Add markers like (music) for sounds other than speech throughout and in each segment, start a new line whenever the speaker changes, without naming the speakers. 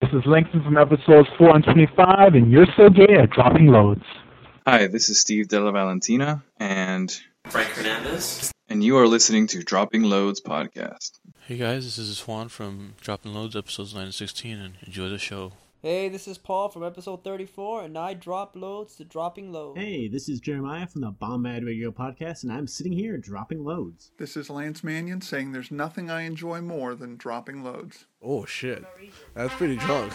This is Langston from episodes 4 and 25, and you're so gay at dropping loads.
Hi, this is Steve Della Valentina, and
Frank Hernandez.
and you are listening to Dropping Loads podcast.
Hey guys, this is Juan from Dropping Loads episodes 9 and 16 and enjoy the show.
Hey, this is Paul from episode 34, and I drop loads to dropping low.
Hey, this is Jeremiah from the Bombad Radio Podcast, and I'm sitting here dropping loads.
This is Lance Mannion saying there's nothing I enjoy more than dropping loads.
Oh shit. That's pretty drunk.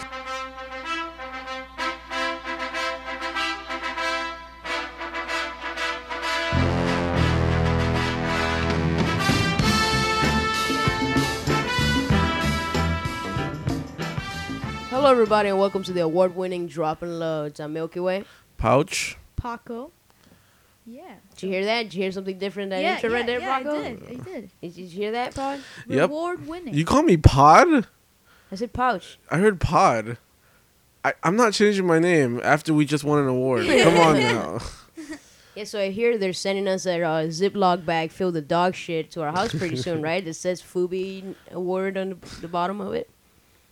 Hello, everybody, and welcome to the award-winning Dropping Loads. I'm Milky Way.
Pouch.
Paco. Yeah.
Did you hear that? Did you hear something different in that
yeah,
intro
yeah,
right there,
yeah, I
Paco?
did. I did.
Did you hear that, Pod?
Yep.
Reward winning.
You call me Pod?
I said pouch.
I heard Pod. I, I'm not changing my name after we just won an award. Come on now.
Yeah, so I hear they're sending us a uh, Ziploc bag filled with dog shit to our house
(laughs)
pretty soon, right? That says Fubi Award on the, the bottom of it.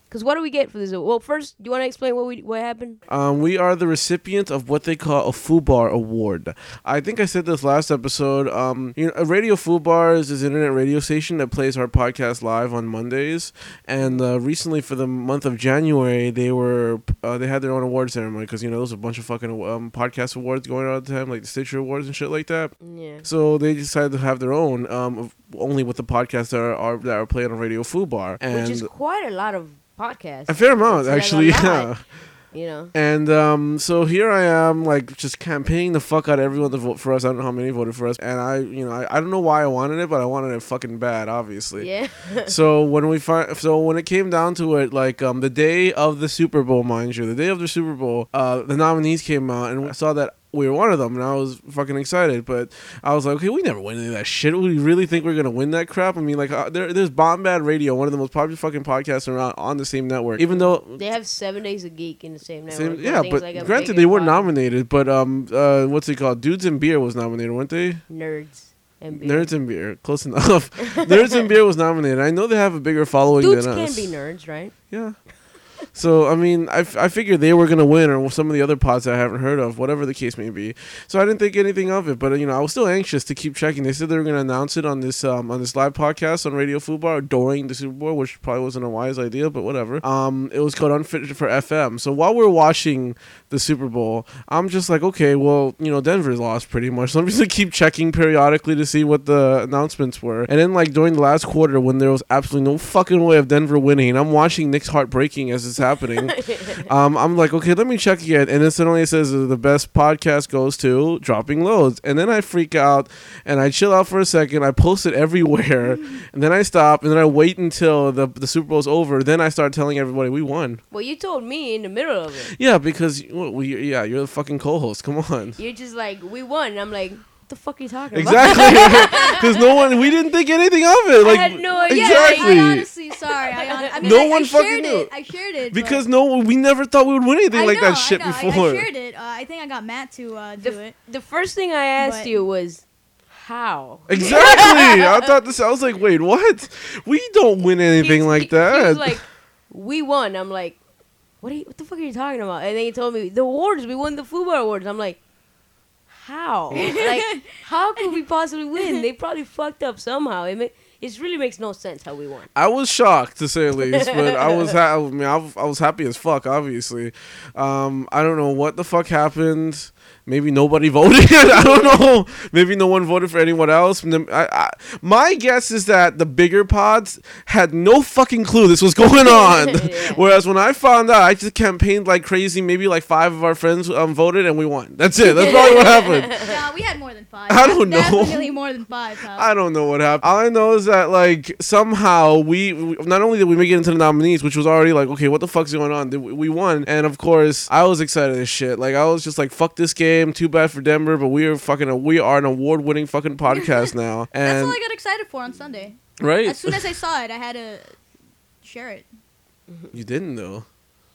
Because what do we get for this? Well, first, do you want to explain what we what happened?
Um, we are the recipient of what they call a FUBAR award. I think I said this last episode. Um, you know, a Radio FUBAR is this internet radio station that plays our podcast live on Mondays. And uh, recently, for the month of January, they were uh, they had their own award ceremony because you know there's a bunch of fucking um, podcast awards going on all the time, like the Stitcher Awards and shit like that.
Yeah.
So they decided to have their own, um, of- only with the podcasts that are, are that are played on Radio FUBAR, and
Which is quite a lot of podcasts.
a fair amount
It's like a
actually.
lot,
Yeah.
You know.
And um, so here I am, like just campaigning the fuck out of everyone to vote for us. I don't know how many voted for us, and I, you know, I, I don't know why I wanted it, but I wanted it fucking bad, obviously.
Yeah.
so when we find, so when it came down to it, like um, the day of the Super Bowl, mind you, the day of the Super Bowl, uh, the nominees came out, and I saw that we were one of them, and I was fucking excited. But I was like, okay, we never win any of that shit. We really think we're gonna win that crap? I mean, like, uh, there, there's Bombad Radio, one of the most popular fucking podcasts around on the same network, even though
They have seven days a geek in the same
same-
network.
yeah,
Things
but
like a
granted
bigger
they were
pod-
nominated, but um, uh, what's it called? Dudes and Beer was nominated, weren't they?
Nerds and beer.
Nerds and Beer, close (laughs)
(laughs)
enough. Nerds and Beer was nominated. I know they have a bigger following
Dudes
than
can
us.
be nerds, right?
Yeah. So I mean, I, f- I figured they were gonna win, or some of the other pods I haven't heard of, whatever the case may be. So I didn't think anything of it, but uh, you know, I was still anxious to keep checking. They said they were gonna announce it on this um on this live podcast on Radio Fubar during the Super Bowl, which probably wasn't a wise idea, but whatever. Um, it was called Unfit for FM. So while we're watching the Super Bowl, I'm just like, okay, well, you know, Denver's lost pretty much. (laughs) So I'm just gonna keep checking periodically to see what the announcements were. And then like during the last quarter when there was absolutely no fucking way of Denver winning, and I'm watching Nick's heart breaking as it's happening. (laughs) um, I'm like, okay, let me check again. And then suddenly it says uh, the best podcast goes to dropping loads. And then I freak out and I chill out for a second. I post
(laughs)
it everywhere. and then I stop and then I wait until the, the Super Bowl's over. Then I start telling everybody we won.
Well, you told me in the middle of it.
Yeah, because well, we, yeah, you're the fucking co host. Come on.
You're just like, we won. And I'm like, what the fuck are you
(laughs)
(laughs)
talking
Exactly. Because no one, we didn't think anything of it. Like,
had no idea.
Exactly.
I honestly, sorry. I, hon- I mean,
No
I,
one
I
fucking
shared
knew.
it. I shared it. but-
because no, we never thought we would win anything
I
like
know,
that shit
I know, I-
before.
I, shared it. Uh, I think I got Matt to uh,
about?
do
The,
it.
the first thing I asked
But-
you was, how? (laughs)
Exactly. I thought this. I was like, wait, what? We don't win anything
He's-
like
he-
that.
He was like, we won. I'm like, what, are you, what the fuck are you talking about? And then he told me, the awards. We won the Fubar Awards. I'm like,
(laughs)
how? like, how could we possibly win? They probably fucked up somehow. It, ma- it really makes no sense how we
(laughs)
won.
I was shocked to
(laughs)
say the least, but I was ha- I mean, I, w- I was happy as fuck. Obviously, um, I don't know what the fuck happened. Maybe nobody (laughs) voted. I don't know. Maybe no one voted for anyone else. And then I, I, my guess is that the bigger pods had no fucking clue this was
(laughs)
going on.
Yeah.
Whereas when I found out, I just campaigned like crazy. Maybe like five of our friends um, voted, and we won. That's it. That's probably what happened.
Nah, we had more than five.
I don't know.
(laughs) Definitely more than five. Pal.
I don't know what happened. All I know is that like somehow we, we not only did we make it into the nominees, which was already like okay, what the fuck's going on? Then We we won, and of course I was excited as shit. Like I was just like fuck this game. Too bad for Denver, but we are fucking a, we are an award
(laughs)
winning fucking podcast now.
That's
And
all I got excited for on Sunday.
right,
As soon as I saw it, I had to share it.
you didn't though.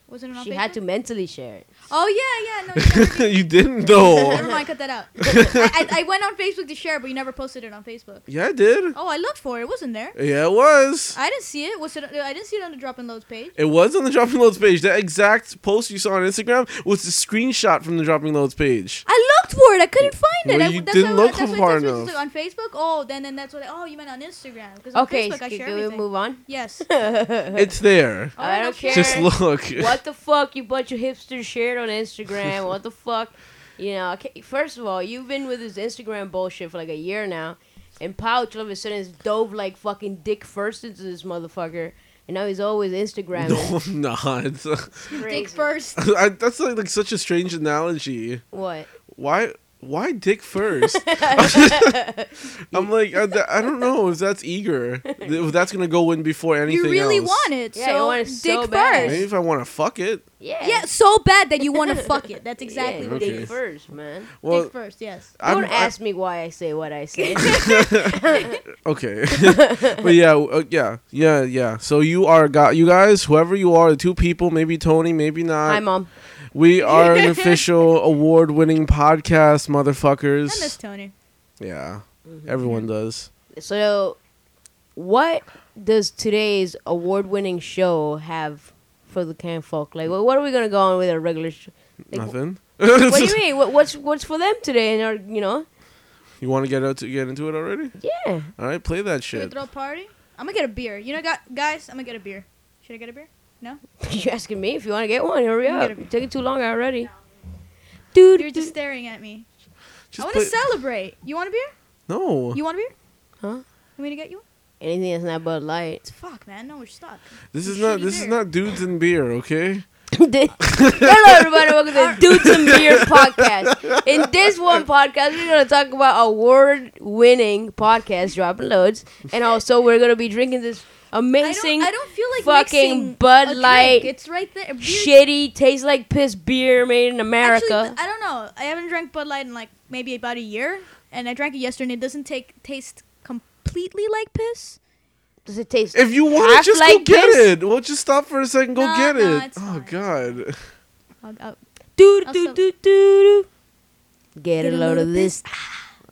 Wasn't it on
She
Facebook?
had to mentally share it.
Oh yeah, yeah. No, you never did.
(laughs) you didn't though.
Never mind, cut that out. (laughs) I, I, I went on Facebook to share, but you never posted it on Facebook.
Yeah, I did.
Oh, I looked for it. It wasn't there.
Yeah, it was.
I didn't see it. Was it? I didn't see it on the drop and loads page.
It was on the dropping loads page. That exact post you saw on Instagram was a screenshot from the dropping loads page.
I looked for it. I couldn't find it.
Well,
I,
you
that's
didn't
why-
look
that's why
far
text messages
enough.
on Facebook. Oh, then then that's what. I, oh, you meant on Instagram because on
Okay,
Facebook I
can,
share
can we
everything.
move on? (laughs)
Yes.
It's there.
Oh,
I
no,
don't
sure.
care.
Just look.
what the fuck you bunch of hipsters shared on Instagram? what the fuck? You know, okay, first of all, you've been with this Instagram bullshit for like a year now, and Pouch all of a sudden has dove like fucking dick first into this motherfucker, and now he's always Instagramming.
(laughs) No, I'm not. (laughs)
Crazy.
Dick first.
I, that's like, like such a strange analogy.
(laughs)
What?
Why? Why dick first? I'm like, I, I don't know if
(laughs)
that's eager. If that's gonna go in before anything.
You really
else.
want it.
Yeah,
so
you want it
dick
so
first.
bad.
Maybe if I want to fuck it.
Yeah.
Yeah, so bad that you
(laughs)
want to fuck it. That's exactly
yeah,
what
okay.
it
Dick
is.
first, man.
Well,
dick first, yes.
I'm,
Don't ask me why I say what I
(laughs)
say.
Okay, (laughs) but yeah, uh, yeah, yeah, yeah. So you are got you guys, whoever you are, the two people, maybe Tony, maybe not.
Hi, mom.
(laughs) we
(laughs)
are an official award-winning podcast,
I miss
motherfuckers.
Tony.
Yeah, everyone does.
So, what does today's award-winning show have for the camp folk? Like, what, what are we gonna go on with our regular? Sh-
(laughs)
like,
Nothing. (laughs)
what do you mean? What, what's what's for them today? And our, you know,
You want to get out to get into it already?
(laughs) yeah.
All right, play that
Should we
shit.
throw a party? I'm gonna get a beer. You know, gu- guys, I'm gonna get a beer. Should I get a beer?
You asking me if you want to get one? Hurry
I'm
up!
gonna-
You're taking too long already.
Dude, you're just staring at me. I
Just
want
play-
to celebrate. You want a beer?
No,
You want a beer?
Huh?
I'm gonna get you. one?
Anything that's not Bud Light.
It's fuck, man. No, we're stuck.
this is
you
not
shouldn't
this is
dare.
not dudes and beer. Okay,
Hello, everybody. Welcome to the Dudes and Beer podcast. In this one podcast, we're going to talk about award-winning podcast dropping loads, and also we're going to be drinking this
I don't,
amazing,
I don't feel like
fucking
mixing
Bud
a drink.
Light
It's right there. Beer's-
shitty, tastes like piss beer made in
Actually,
America.
I don't know. I haven't drank Bud Light in like maybe about a year, and I drank it yesterday. and It doesn't take taste completely like piss.
Does it taste?
if you want
Half
to, just
like
go get
this?
it. We'll just stop for a second. Go
No,
get
no,
it.
it's
Oh
fine.
God.
I'll, I'll,
do
I'll
do
still-
do do do. Get a load of this.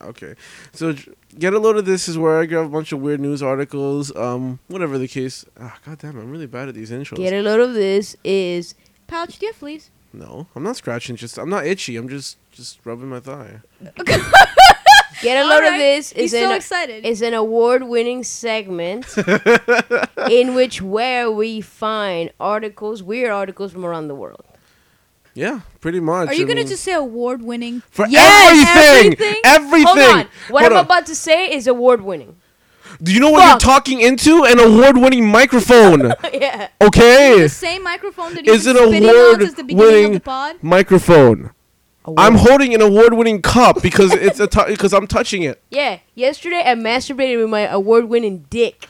Okay. So j- get a load of this is where I grab a bunch of weird news articles, um, whatever the case. Ah, God damn, I'm really bad at these intros.
Get a load of this is
Pouch, do you have fleas?
No, I'm not scratching. Just I'm not itchy. I'm just just rubbing my thigh.
get a
All
load
right.
of this
He's
is
so
an
excited.
is an
(laughs)
award-winning segment in which where we find articles, weird articles from around the world.
Yeah, pretty much.
Are you
I
gonna
mean,
just say award-winning?
for
Yes,
everything? Everything.
Hold on. What
Hold
I'm
on.
about to say is award-winning. (laughs)
Do you know what
Fuck.
you're talking into? An award-winning
(laughs)
microphone.
yeah.
Okay.
The same microphone that you
Is
been
it
spitting on since the beginning of
award-winning
the pod.
Microphone. I'm holding an award-winning cup because it's a t- because I'm touching it.
Yeah, yesterday I masturbated with my award-winning dick.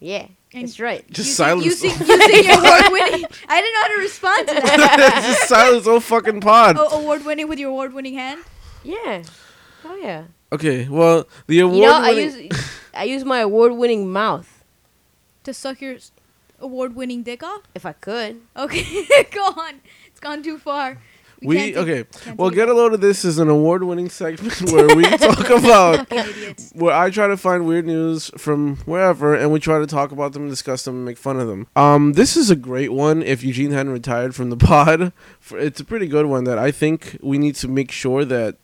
Yeah,
And-
that's right.
Just
Using-
silence.
Using, using your award-winning. I didn't know how to respond to that.
(laughs) just silence. Oh fucking pod.
Oh, award-winning with your award-winning hand.
Yeah. Oh yeah.
Okay, well, the award
You know, I
winning-
use I use my award-winning mouth
to suck your s- award-winning dick off.
if I could.
Okay, (laughs) go on. It's gone too far.
we
can't do-
okay.
can't
Well,
do
get a load of this is an award-winning segment (laughs)
(laughs)
where we talk about
fucking idiots.
where I try to find weird news from wherever, and we try to talk about them, discuss them, and make fun of them. Um, this is a great one. If Eugene hadn't retired from the (laughs) pod, for, it's a pretty good one that I think we need to make sure that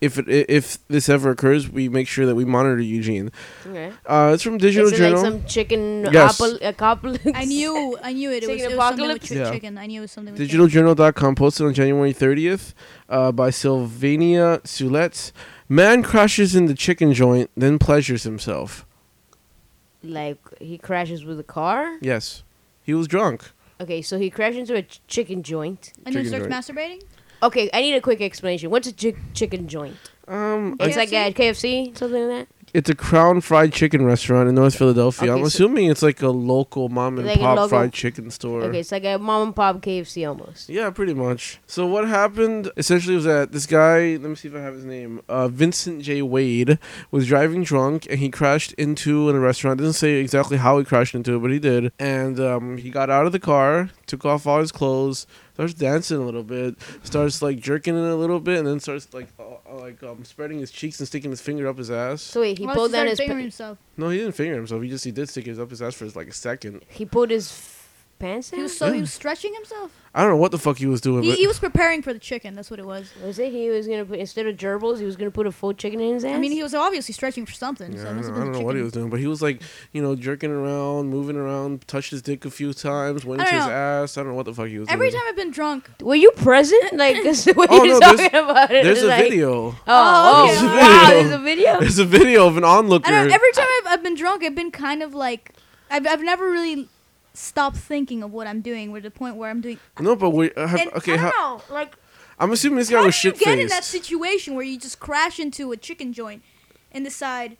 if it, i- if this ever occurs, we make sure that we monitor Eugene.
Okay.
Uh, it's from Digital
Is it like
Journal.
some chicken
Yes.
apol- apocalypse?
I knew, I knew it. It was,
Chicken
it was something with
apocalypse?
chi-
Yeah.
chicken. I knew it was something with chicken.
DigitalJournal.com posted on January 30th uh, by Sylvania Sulet. Man crashes in the chicken joint, then pleasures himself.
(laughs) Like he crashes with a car.
Yes, he was drunk.
Okay, so he crashed into a ch- chicken joint.
And then
Chicken
starts masturbating.
Okay, I need a quick explanation. What's a chi- chicken joint?
Um,
It's like
KFC?
at KFC, something like that.
it's a Crown Fried Chicken restaurant in North Philadelphia.
Okay,
I'm
so-
assuming it's like a local mom and
Like a
pop
local-
fried chicken store.
Okay, it's like a mom and pop KFC almost.
Yeah, pretty much. So what happened essentially was that this guy, let me see if I have his name, uh, Vincent J. Wade, was driving drunk and he crashed into in a restaurant. Doesn't say exactly how he crashed into it, but he did. And um, he got out of the car, took off all his clothes, starts dancing a little bit, starts like jerking it a little bit, and then starts like uh, uh, like um, spreading his cheeks and sticking his finger up his ass.
So wait, he
Well,
pulled
started
down his
fingering
pa-
himself.
no, he didn't finger himself. He just he did stick his up his ass for like a second.
he pulled his f- pants down.
He was so he was stretching himself.
I don't know what the fuck he was doing.
He,
but
he was preparing for the chicken. That's what it was.
was it he was gonna put instead of gerbils, he was gonna put a full chicken in his ass?
I mean, he was obviously stretching for something.
Yeah,
so
I
it
don't
must
know,
have
I
been
don't
the
know what he
chicken.
was doing, but he was like, you know, jerking around, moving around, touched his dick a few times, went
I
into
don't
his
know.
ass. I don't know what the fuck he was
Every
doing.
time I've been drunk,
were
(laughs)
you present? Like (laughs) that's the way
Oh,
you're
no, there's-
talking about it.
(laughs) There's
It's
a
like-
video.
Oh,
There's
oh,
a
wow,
video.
there's a
(laughs)
(laughs)
video.
There's a video of an onlooker.
I don't know, every time I've, I've been drunk, I've been kind of like I've I've never really stopped thinking of what I'm doing. We're to the point where I'm doing.
no, but we uh, have,
And
okay.
I don't
how-
know, Oh,
(laughs)
like
I'm assuming this guy
how
was
did you
shit
get in that
faced.
situation where you just crash into a chicken joint and decide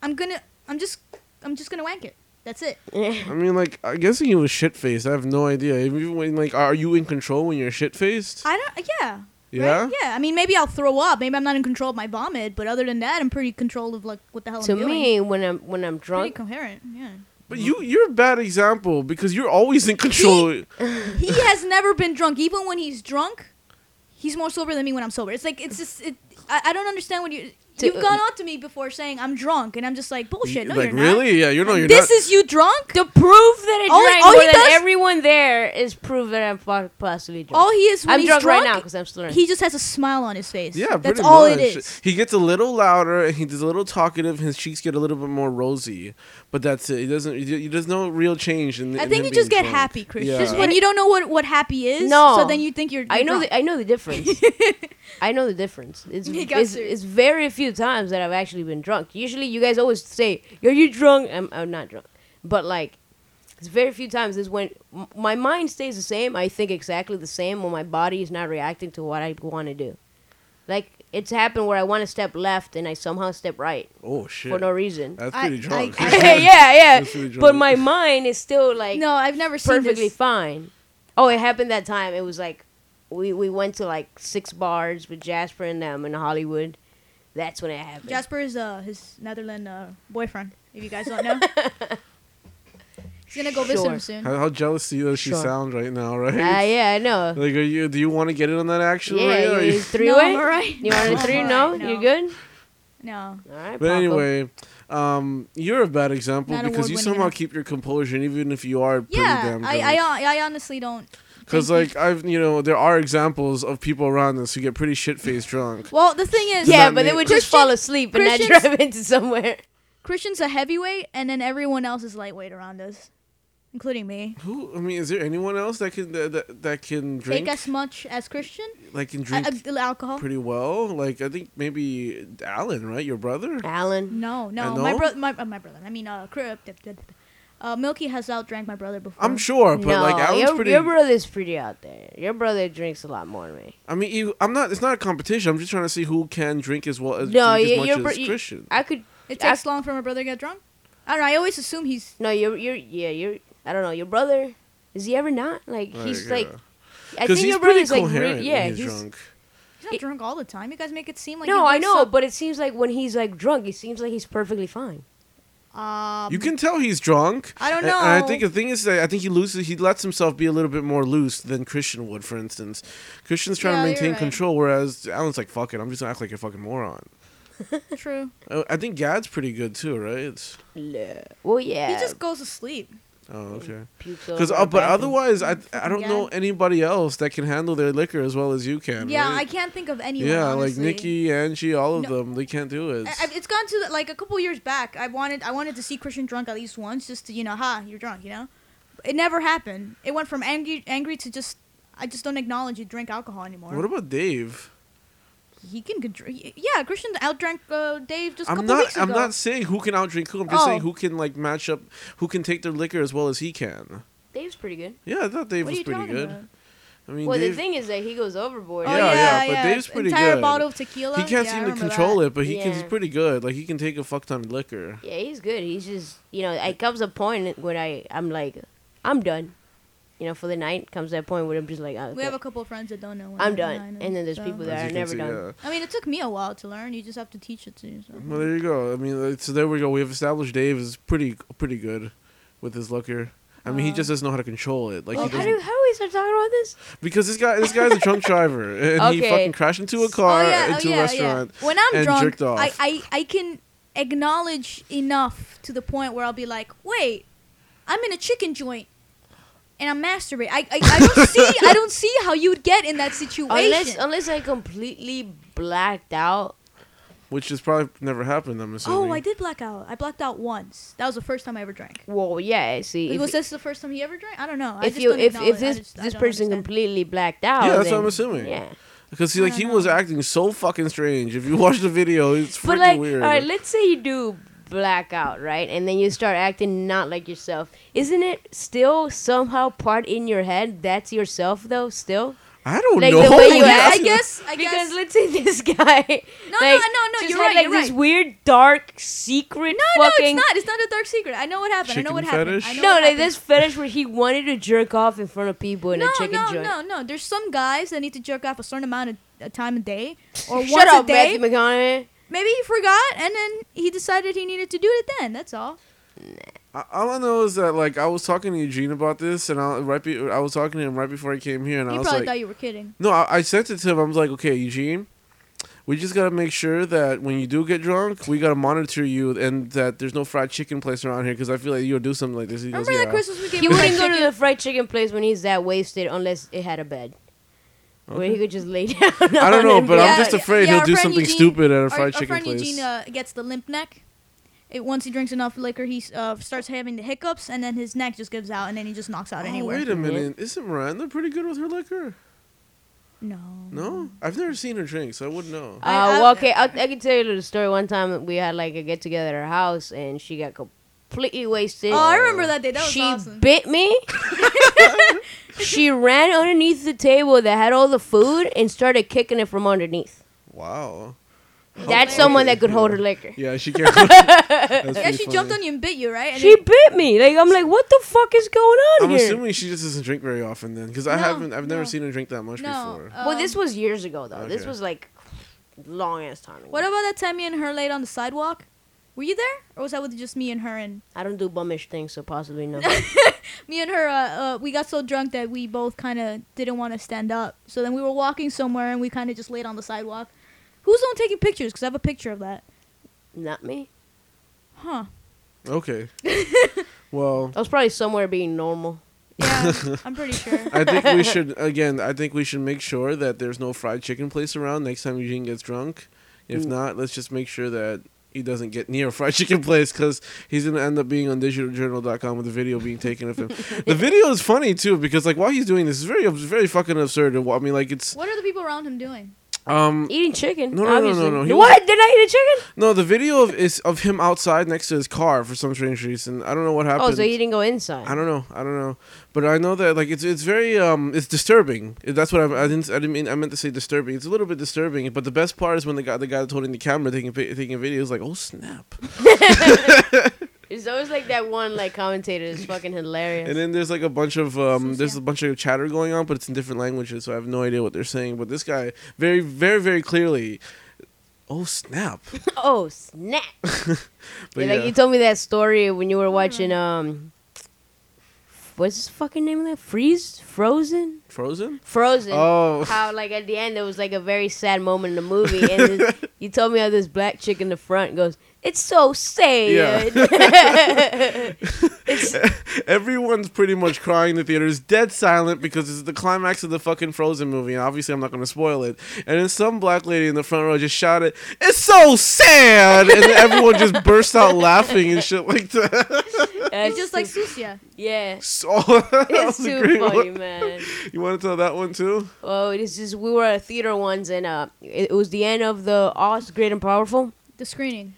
I'm gonna I'm just I'm just gonna wank it. That's it.
I mean, like, I'm guessing he was shit faced. I have no idea. Even when, like, are you in control when you're shit faced?
I don't. Yeah.
Yeah.
Right? Yeah. I mean, maybe I'll throw up. Maybe I'm not in control of my vomit, but other than that, I'm pretty controlled of like what the hell
to
I'm doing.
me, when I'm when I'm
pretty
drunk,
coherent. Yeah.
But you, you're a bad example because you're always in control.
he
(laughs)
has never been drunk. Even when he's drunk, he's more sober than me when I'm sober. It's like it's just it. I, I don't understand what you.
To- uh,
You've gone on to me before saying I'm drunk, and I'm just like bullshit. No,
like,
you're
really? Yeah, you know,
not.
you're
this
not.
is you drunk.
the proof that I
All-
drank
all
more
he
than
does-
everyone there is proof that I'm po- possibly drunk.
All he is when
I'm
he's
drunk,
drunk,
right now because I'm still learning.
He just has a smile on his face.
(laughs) Yeah,
that's
pretty
all
much.
it is.
He gets a little louder and he's a little talkative. His cheeks get a little bit more rosy, but that's it. He doesn't. He, he- there's no real change in.
I
in
think
him
you just
being
get
drunk.
happy, Christian,
Yeah.
and you don't know what what happy is.
No.
so then you think you're.
I
you're
know
drunk.
the I know
(laughs)
the difference. I know the difference. It's
You got
it's,
to.
it's very few times that I've actually been drunk. Usually, you guys always say, "Are you drunk?" I'm I'm not drunk, but like, it's very few times is when m- my mind stays the same. I think exactly the same when my body is not reacting to what I want to do. Like it's happened where I want to step left and I somehow step right
Oh shit.
for no reason.
that's
I-
pretty
I-
drunk.
(laughs) I-
(laughs) yeah,
That's
yeah.
really
But
drunk.
my mind is still like
no, I've never seen
perfectly
this.
fine. Oh, it happened that time. It was like we we went to like six bars with Jasper and them in Hollywood. That's when it happened.
Jasper is uh, his Netherland uh, boyfriend. If you guys don't
(laughs)
know, he's gonna go visit
Sure.
him soon.
(laughs) how, how jealous you does she
Sure.
sound right now,
Ah,
right?
yeah, I know.
Like, are you? Do you want to get in on that action? Maria,
Yeah,
or
you
you-
three
No,
way.
I'm all right.
You want a
No, I'm
three?
all
No,
right, no.
you good?
No.
All right.
(laughs) But
Paco.
anyway, um, you're a bad example
Not
because you
award-winning
somehow
enough.
keep your composure, even if you are pretty
Yeah,
damn
I,
drunk.
I, I honestly don't.
Because
think-
like I've you know there are examples of people around us who get pretty shit faced drunk.
Well, the thing is,
yeah,
that
but they
mean-
would just
Christian-
fall asleep and not
Christians-
drive (laughs) into somewhere.
Christian's a heavyweight, and then everyone else is lightweight around us, including me.
Who? I mean, is there anyone else that can that that, that can drink
Take as much as Christian
like can
uh,
drink
uh, alcohol.
pretty well? Like I think maybe Alan, right? Your brother.
Alan,
no, no,
I
my
know.
brother, my, uh, my brother. I mean, uh, Cri- uh, Milky has outdrank my brother before.
I'm sure, but
no,
like Alan's
your,
pretty.
your brother's pretty out there. Your brother drinks a lot more than me.
I mean, you, I'm not. It's not a competition. I'm just trying to see who can drink as well as
No,
drink
you-
as
your
much
bro-
as
you-
Christian.
I could
It takes long for my brother to get drunk. I don't know. I always assume he's.
No, you're you're yeah you're. I don't know. Your brother is he ever not like he's like. I
because
think
he's
your
pretty
brother's like
coherent.
really, yeah
when he's,
he's.
drunk.
He's not
It-
drunk all the time. You guys make it seem like.
no,
he
I
wakes
know,
up-
but it seems like when he's like drunk, it seems like he's perfectly fine.
um,
You can tell he's drunk.
I don't
And, and I
know.
think the thing is that I think he loses. He lets himself be a little bit more loose than Christian would, for instance. Christian's trying
Yeah,
to
you're
maintain
right.
control, whereas Alan's like, "Fuck it, I'm just gonna act like a fucking moron."
True.
Oh, I, I think Gad's pretty good too, right? It's-
Yeah. Well,
He
yeah.
just goes to sleep.
oh, okay.
pukes
Because
over
uh,
the
but
bathroom.
otherwise, I I don't know
Gad.
anybody else that can handle their liquor as well as you can.
Yeah, I
right?
can't think of anyone.
Yeah,
honestly.
like Nikki, Angie, all of
No.
them, they can't do it.
I, I- it's gone to the, like a couple years back. I wanted I wanted to see Christian drunk at least once, just to you know, ha, you're drunk, you know. It never happened. It went from angry angry to just I just don't acknowledge you drink alcohol anymore.
What about Dave?
he can get dr- yeah, Christian outdrank uh, Dave just a
I'm
couple
not.
weeks ago.
I'm not saying who can outdrink who. I'm just saying
Oh.
who can like match up, who can take their liquor as well as he can.
Dave's pretty good.
Yeah, I thought Dave
What are
was
you
pretty
talking
good.
about? Oh,
I mean,
well,
Dave,
the thing is that he goes overboard.
Yeah, yeah, but Dave's pretty
Entire
good.
bottle of tequila.
he can't
yeah,
seem to control it, but he can. He's
Yeah.
pretty good. Like he can take a fuck ton of liquor.
Yeah, he's good. He's just you know, it comes a point when I I'm like, I'm done. You know, for the night comes that point where I'm just like, okay,
We have a couple of friends that don't know. when
I'm
they're
done.
nine
And then there's
so-
people
As
that
you
are
can
never
see,
done.
yeah.
I mean, it took me a while to learn. You just have to teach it to yourself.
Well, there you go. I mean, like, so there we go. We have established Dave is pretty pretty good with his liquor. I mean, he
Uh,
just doesn't know how to control it. Like
Well,
he
how
doesn't,
do how do we start talking about this?
(laughs) because this guy this guy's a drunk driver (laughs) and he
Okay. Oh,
fucking crashed into a
Oh,
car into a restaurant.
When I'm
and
drunk,
jerked off.
I, I I can acknowledge enough to the point where I'll be like, wait, I'm in a chicken joint. And I'm masturbating. I, I, I don't see I don't see how you'd get in that situation.
Unless unless I completely blacked out.
Which has probably never happened. I'm assuming.
oh, I did black out. I blacked out once. That was the first time I ever drank.
Well, yeah. See, if,
was this the first time he ever drank? I don't know. I
if
just
you
don't
if,
acknowledge-
if
I
this
just- I
this
don't
person
understand.
completely blacked out,
that's what
then-
I'm assuming.
Yeah.
Because he like he was acting so fucking strange. If you (laughs) watch the video, it's freaking
But like,
weird.
all right, let's say you do black out, right? And then you start acting not like yourself. Isn't it still somehow part in your head that's yourself though? Still,
I don't
like
know.
the way
I
(laughs)
you
guess, I
act.
guess. I
(laughs) because
guess.
let's say this guy.
(laughs) No, no, no,
like,
no.
just
You're
had,
right.
like
you're
this
right.
weird dark secret.
No, no, it's
fucking
not. It's not a dark secret. I know what happened. I know
Chicken
what happened. I
fetish?
know
No,
what
like
happened.
this fetish where he wanted to jerk off in front of people in
no,
a chicken
no,
joint.
no, no. There's some guys that need to jerk off a certain amount of a time a day or
(laughs) Shut
once
up,
a day.
Matthew McConaughey.
Maybe he forgot, and then he decided he needed to do it then. That's all.
I- All I know is that like I was talking to Eugene about this, and I right be- I was talking to him right before I came here, and I
you
was
probably
like,
thought you were kidding.
no, I-, I sent it to him. I was like, okay, Eugene, we just gotta make sure that when you do get drunk, we gotta monitor you, and that there's no fried chicken place around here, because I feel like you'll do something like this. He
Remember
goes,
that
yeah.
Christmas we gave
He
away
wouldn't go to
chicken?
the fried chicken place when he's that wasted unless it had a bed. Where he could just lay (laughs) down.
I don't
on
know,
and
but
be
I'm
Yeah,
just
yeah,
afraid
yeah,
he'll
our
do
friend
something
Eugene-
stupid at a
Our,
fried
our
chicken
friend
place.
Eugene uh, gets the limp neck. It, once he drinks enough liquor, he uh, starts having the hiccups, and then his neck just gives out, and then he just knocks out
oh,
anywhere.
wait a minute, isn't Miranda pretty good with her liquor?
No.
No, I've never seen her drink, so I wouldn't know.
Uh,
I- I-
well, okay, I, I can tell you a little story. One time we had like a get together at her house, and she got completely wasted.
Oh, I remember that day. That was
she
awesome. (laughs)
bit me. she ran underneath the table that had all the food and started kicking it from underneath.
Wow. Oh,
That's someone that could hold her liquor.
Yeah,
(laughs)
she can't. (laughs) That's
yeah,
pretty
she
funny.
jumped on you and bit you, right? And
She bit me. Like I'm like, what the fuck is going on
I'm
here?
assuming she just doesn't drink very often then, because I
No,
haven't. I've never
no.
seen her drink that much
then, no.
before.
well,
um,
this was years ago though. This
okay.
was like long ass time. Ago.
What about that time me and her laid on the sidewalk? Were you there, or was that with just me and her? And
I don't do bummish things, so possibly (laughs) no.
me and her, uh, uh, we got so drunk that we both kind of didn't want to stand up. So then we were walking somewhere, and we kind of just laid on the sidewalk. Who's the one taking pictures? Cause I have a picture of that.
Not me.
Huh? Uh, (laughs)
Okay. well,
I was probably somewhere being normal.
Yeah, I'm pretty sure.
I think
(laughs)
we should again. I think we should make sure that there's no fried chicken place around next time Eugene gets drunk.
Mm.
If not, let's just make sure that he doesn't get near a fried (laughs) chicken place because he's gonna end up being on digitaljournal.com with the video being taken of him.
(laughs)
the video is funny too because like while he's doing this, it's very it's very fucking absurd. I mean, like it's
What are the people around him doing?
um
Eating chicken.
No, no, no, no,
obviously.
no, he
What? Did I eat a chicken?
No, the video of is of him outside next to his car for some strange reason. I don't know what happened.
Oh, so you didn't go inside.
I don't know. I don't know. But I know that like it's it's very um it's disturbing. That's what I, I didn't I didn't mean I meant to say disturbing. It's a little bit disturbing. But the best part is when the guy the guy that's holding the camera taking pi- taking videos like oh snap.
It's always like that one like commentator is fucking hilarious.
And then there's like a bunch of um
Sus,
there's
yeah.
a bunch of chatter going on, but it's in different languages, so I have no idea what they're saying. But this guy very very very clearly. Oh snap!
(laughs) oh snap!
(laughs)
Mm-hmm.
But
like
yeah.
you told me that story when you were watching um, what's his fucking name? of That freeze, frozen,
Frozen.
frozen.
Oh,
How like at the end there was like a very sad moment in the movie,
(laughs)
and this- you told me how this black chick in the front goes, "It's so sad." (laughs)
Everyone's pretty much crying in the theater. It's dead silent because it's the climax of the fucking Frozen movie. And obviously, I'm not going to spoil it. And then some black lady in the front row just shouted, "It's so sad!" And then everyone just burst out laughing and shit like that. (laughs)
He's just like Susia.
yeah.
So, (laughs) that
(laughs) It's
was a
too
great
funny,
one.
man.
You want to tell that one too? (laughs)
Oh, this is we were at a theater once, and uh, it, it was the end of the Oz Great and Powerful.
The screening.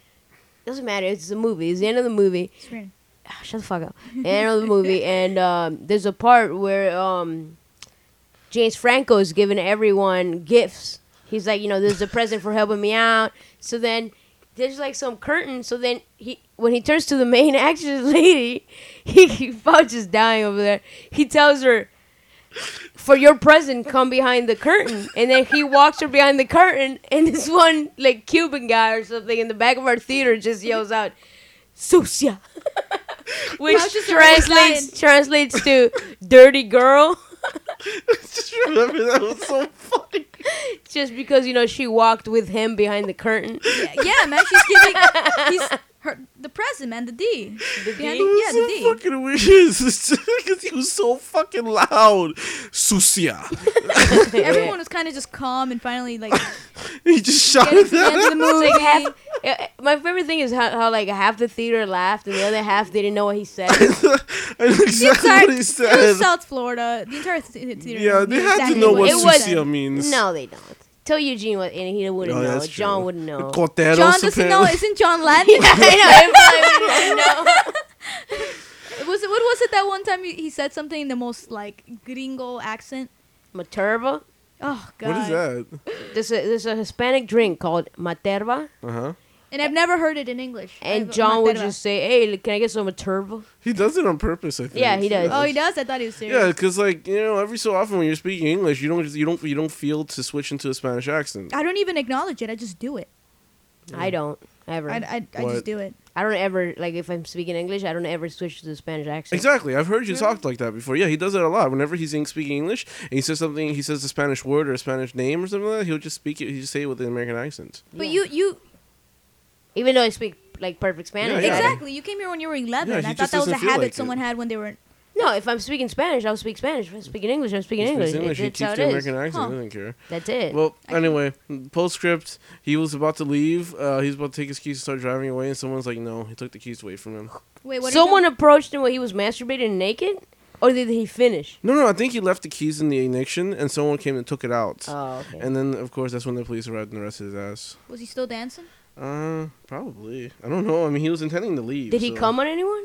Doesn't matter. It's a movie. It's the end of the movie.
Screening.
Ah,
(laughs)
shut the fuck up. end of the movie, and um, there's a part where um, James Franco's giving everyone gifts. He's like, you know, this is a present for helping me out. So then there's like some curtain. So then he, when he turns to the main (laughs) actress lady, he, he Fouch is dying over there. He tells her, for your present, come behind the curtain. And then he walks her behind the curtain, and this one like Cuban guy or something in the back of our theater just yells out, "Sucia," (laughs) which
Fouch is a real
translates translates to "dirty girl." (laughs)
Just remember that was so funny.
Just because you know she walked with him behind the curtain.
Yeah, yeah, man, she's giving he's her the present, man, the D.
The
Behind-
D.
(laughs) yeah,
so
the D.
fucking weird. (laughs) Because he was so fucking loud. Sucia. (laughs)
Everyone was kind of just calm and finally like
He just
getting to
shouted
the
that.
end of the movie.
(laughs) Like half, eh, my favorite thing is how, how like half the theater laughed and the other half didn't know what
(laughs)
he said.
I know
the
exactly
entire,
what he
It
said.
was South Florida. The entire th- theater.
Yeah,
knew
they had to
exactly
know what
It was-
Sucia means.
No, they don't. Tell Eugene what, and he wouldn't
Oh,
know.
that's
John
true.
wouldn't know.
Cortados,
John doesn't know.
apparently.
Isn't John
(laughs)
Latin?
(laughs) I know. It probably wouldn't know.
It (laughs) was what was it that one time he, he said something in the most like gringo accent?
Materva.
Oh god.
What is that?
There's a there's a Hispanic drink called Materva,
Uh huh.
And I've never heard it in English.
and
I've-
John would
Matera.
just say, "Hey, look, can I get some Materva?"
He does it on purpose, I think.
Yeah, he does.
Oh, he does. I thought he was serious.
Yeah, because like you know, every so often when you're speaking English, you don't you don't you don't feel to switch into a Spanish accent.
I don't even acknowledge it. I just do it.
I don't ever.
I,
I,
I, I
What?
just do it.
don't ever like if I'm speaking English. I don't ever switch to the Spanish accent.
Exactly, I've heard you
Mm-hmm.
talk like that before. Yeah, he does it a lot. Whenever he's in- speaking English and he says something, he says a Spanish word or a Spanish name or something like that. He'll just speak it. He just say it with an American accent.
But
Yeah.
you you
Even though I speak like perfect Spanish.
Yeah.
exactly. You came here when you were 11.
Yeah,
I
he
thought
just
that was a
doesn't feel
habit
like it.
someone had when they were.
No, if I'm speaking Spanish, I'll speak Spanish. If I'm speaking English, I'm speaking
He
English.
speaks English.
It-
He
that's how
keeps
it
the
is.
American accent.
Huh.
He doesn't care.
That's it.
Well,
I-
anyway, postscript. He was about to leave. Uh, he was about to take his keys and start driving away, and someone's like, "No, he took the keys away from him."
Wait, what? are you
Someone
talking-
approached him while he was masturbating naked, or did he finish?
No, no, I think he left the keys in the ignition, and someone came and took it out.
Oh, okay.
And then, of course, that's when the police arrived and arrested his ass.
was he still dancing?
Uh, probably. I don't know. I mean, he was uh, intending to leave.
Did he
so-
come on anyone?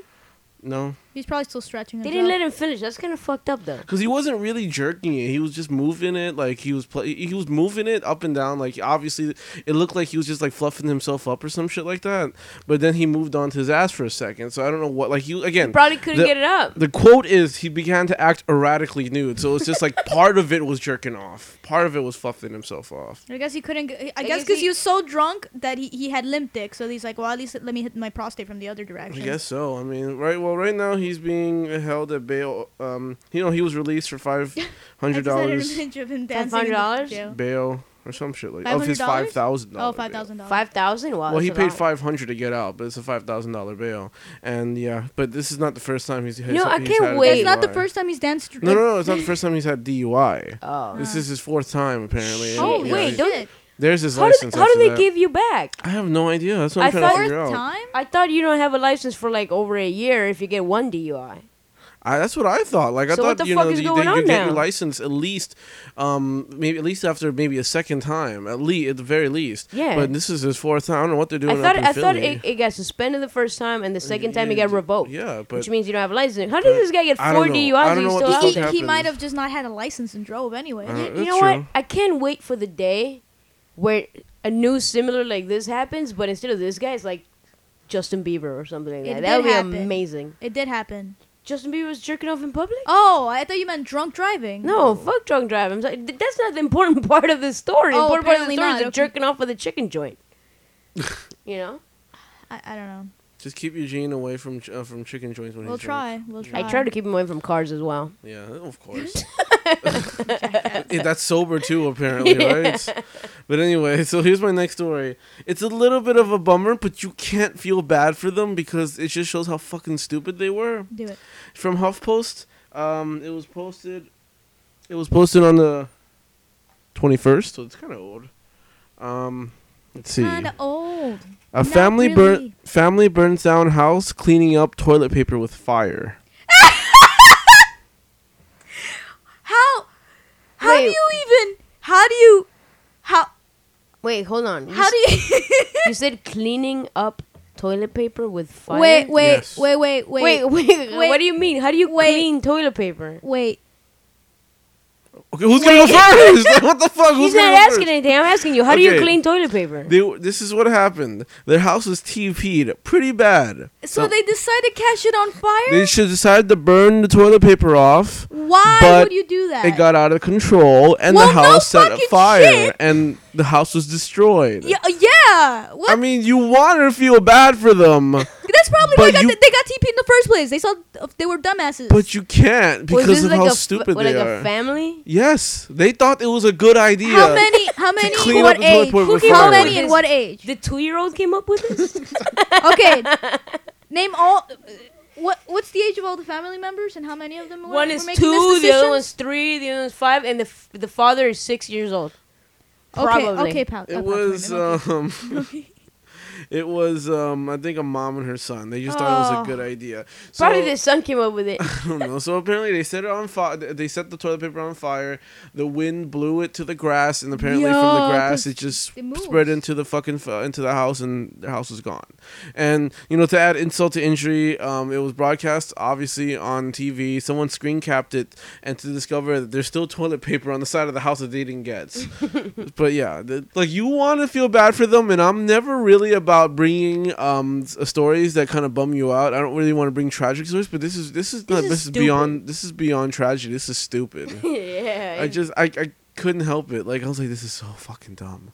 No,
He's probably still stretching.
They didn't let him finish. That's kind of fucked up, though.
because he wasn't really jerking it. He was just moving it, like he was pl- he was moving it up and down. Like obviously, it looked like he was just like fluffing himself up or some shit like that. But then he moved on to his ass for a second. So I don't know what. Like he again.
Probably couldn't
the-
get it up.
the quote is he began to act erratically nude, so it's just
(laughs)
like part of it was jerking off, part of it was fluffing himself off.
I guess he couldn't. g- I
I
guess
guess
because
he-
he was so drunk that he, he had limp dick. So he's like, well, at least let me hit my prostate from the other
I
direction.
guess so. I mean, right. Well, right now he's being held at bail. Um, you know, he was released for
(laughs)
five
I
hundred
just had (laughs) an
dollars
image of him dancing. in the
$500?
jail.
bail or some shit like of his
$500?
five thousand
Oh,
dollars.
five thousand dollars.
Five thousand. Wow.
Well, he
that's a
paid
lot.
five hundred to get out, but it's a five thousand dollar bail, and yeah. But this is not the first time he's. he's
No, I
he's
can't
had a
wait.
It's not the
DUI.
first time he's danced.
No, no, no! It's not the first time he's
(laughs)
had DUI.
Oh.
This is his fourth time apparently. and,
Oh
yeah,
wait,
he-
don't.
There's his
How do
license.
they, how
after
do they
that.
give you back?
I have no idea. That's what I'm
I
trying to
thought-
figure out.
time.
I thought you don't have a license for like over a year if you get one DUI.
I, that's what I thought. Like I
So
thought,
what the
you
fuck
know,
is
you, that
going
you
on
get your
now?
license at least, um, maybe at least after maybe a second time, at least at the very least.
Yeah.
But this is his fourth time. I don't know what they're
I
doing.
thought
up in
I thought
Philly. Uh,
it, it got suspended the first time and the second time it
yeah,
got revoked.
yeah, but-
which means you don't have a license. How did this guy get
I don't
four
know.
DUIs
I
and
don't
he's
know
still
what
out
the
He,
there?
fuck
he
happens.
might have just not had a license and drove anyway.
Uh,
You
that's
know what?
true.
I can't wait for the day where a news similar like this happens, but instead of this guy, it's like Justin Bieber or something like
It
that.
did
That would be
happen.
amazing.
It did happen.
Justin Bieber was jerking off in public?
Oh, I thought you meant drunk driving.
No, fuck drunk driving. I'm sorry. Th- That's not the important (laughs) part of the story. The
Oh,
important part of the
apparently
story
not.
is the
Okay.
jerking off with a
(laughs)
chicken joint. you know?
I, I don't know.
Just keep Eugene away from ch- uh, from chicken joints when
We'll
he's drunk.
try. We'll try.
I try to keep him away from cars as well.
Yeah,
(laughs)
of course. (laughs) Yeah, that's sober too, apparently, right? But anyway, (laughs) so here's my next story. It's a little bit of a bummer, but you can't feel bad for them because it just shows how fucking stupid they were.
do it.
from HuffPost. Um, it was posted. It was posted on the twenty first, so it's kind of old. Um, let's see.
Kinda old.
A
not
family
really.
burn family burns down house, cleaning up toilet paper with fire.
How? How
Wait.
do you even? How do you? How?
Wait, hold on. You,
How
s-
do you?
you said cleaning up toilet paper with fire?
wait, wait,
Yes.
wait, wait, wait,
(laughs) wait, wait,
wait.
What do you mean? How do you
Wait.
clean toilet paper?
Wait.
Okay, who's gonna go (laughs) first? what the fuck? Who's
He's
gonna
not
go
asking
first?
anything. I'm asking you. How do you
Okay.
clean toilet paper?
They, w- this is what happened. Their house was TP'd pretty bad.
So they decide to catch it on fire.
They should decide to burn the toilet paper off.
Why
but
would you do that?
It got out of control, and
Well,
the
no
house set
fucking
fire,
shit.
and the house was destroyed.
yeah, uh, yeah. What?
I mean, you want to feel bad for
(laughs)
them,
That's probably
but
why got
you-
they they got TP in the first place. They saw they were dumbasses.
but you can't
Was
because
this
of
like
how
a f-
stupid
what,
they
like
are.
a family?
yes, they thought it was a good idea.
how many? How many?
clean
What
up the toilet
age?
paper
Who
with
came- How
fire.
many and what age?
(laughs) The two-year-old came up with (laughs) this.
Okay. Name all. What What's the age of all the family members and how many of them? Were,
One
were
is
making
two,
this
the other
decision?
one's three, the other one's five, and the f- the father is six years old. Probably.
Okay. Okay, pal.
It was um, (laughs)
(laughs)
it was um, I think a mom and her son. They just thought it was a
Oh.
good idea. So,
Probably the son came up with it.
(laughs)
(laughs)
I don't know. So apparently they set it on fire. They set the toilet paper on fire. The wind blew it to the grass, and apparently from the
Yeah,
grass
'cause
it just
it moves.
spread into the fucking fu- into the house, and the house was gone. And you know, to add insult to injury, um, it was broadcast obviously on TV. Someone screen capped it, and to discover that there's still toilet paper on the side of the house that they didn't get. but yeah, the, like you want to feel bad for them, and I'm never really about bringing um s- stories that kind of bum you out. I don't really want to bring tragic stories, but this is this is not,
is
this is
stupid.
beyond this is beyond tragedy. This is
(laughs)
stupid.
yeah.
I just I, I couldn't help it. Like I was like, this is so fucking dumb.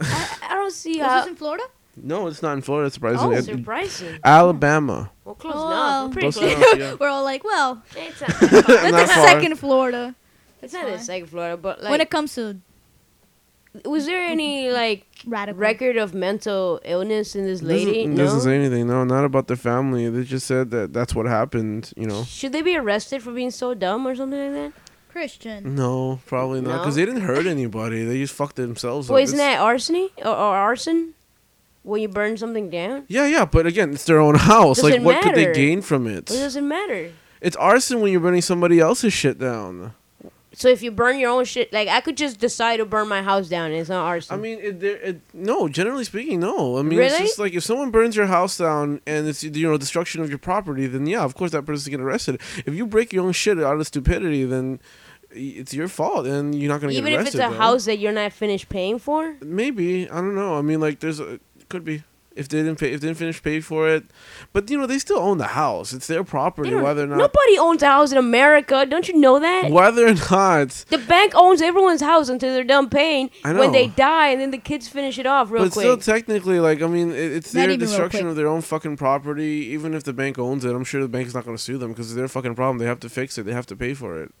I, I don't see
Was
how.
this in Florida?
No, it's not in Florida.
Oh,
Surprisingly, It-
surprising.
Alabama.
Well, close
Oh,
enough. We're pretty
Close
close.
(laughs)
enough, yeah.
We're all like, well,
It's not,
(laughs)
that far.
Not
that's
far.
second Florida.
(laughs) it's not as like Florida, but like,
when it comes to
was there any like
radical.
record of mental illness in this
Doesn't-
lady?
doesn't,
no.
say anything. No, not about their family. They just said that that's what happened. You know.
Should they be arrested for being so dumb or something like that?
Christian.
No, probably not. Because
No?
they didn't hurt anybody. They just fucked themselves.
Well,
up.
isn't
It's-
that arsony or, or arson? When you burn something down,
Yeah, yeah, but again, it's their own (laughs) house.
Doesn't
like, what could they
matter.
gain from it?
it doesn't matter.
It's arson when you're burning somebody else's shit down.
So if you burn your own shit, like I could just decide to burn my house down, and it's not arson.
I mean, it, there- it, no. Generally speaking, no. I mean, it's
Really?
just like if someone burns your house down and it's you know destruction of your property, then yeah, of course that person's get arrested. If you break your own shit out of stupidity, then it's your fault, and you're not gonna
even
get
if
arrested.
it's a
though.
house that you're not finished paying for,
Maybe I don't know. I mean, like there's a could be if they didn't pay if they didn't finish pay for it, but you know they still own the house. It's their
They
property,
don't-
whether or not
nobody owns a house in America. Don't you know that?
whether or (laughs) not.
The bank owns everyone's house until they're done paying.
I
When they
know.
die, and then the kids finish it off real
but
quick.
still, technically, like I mean, it, it's
Not
their
even real
destruction
quick.
of their own fucking property. Even if the bank owns it, I'm sure the bank is not going to sue them because it's their fucking problem. They have to fix it. They have to pay for it.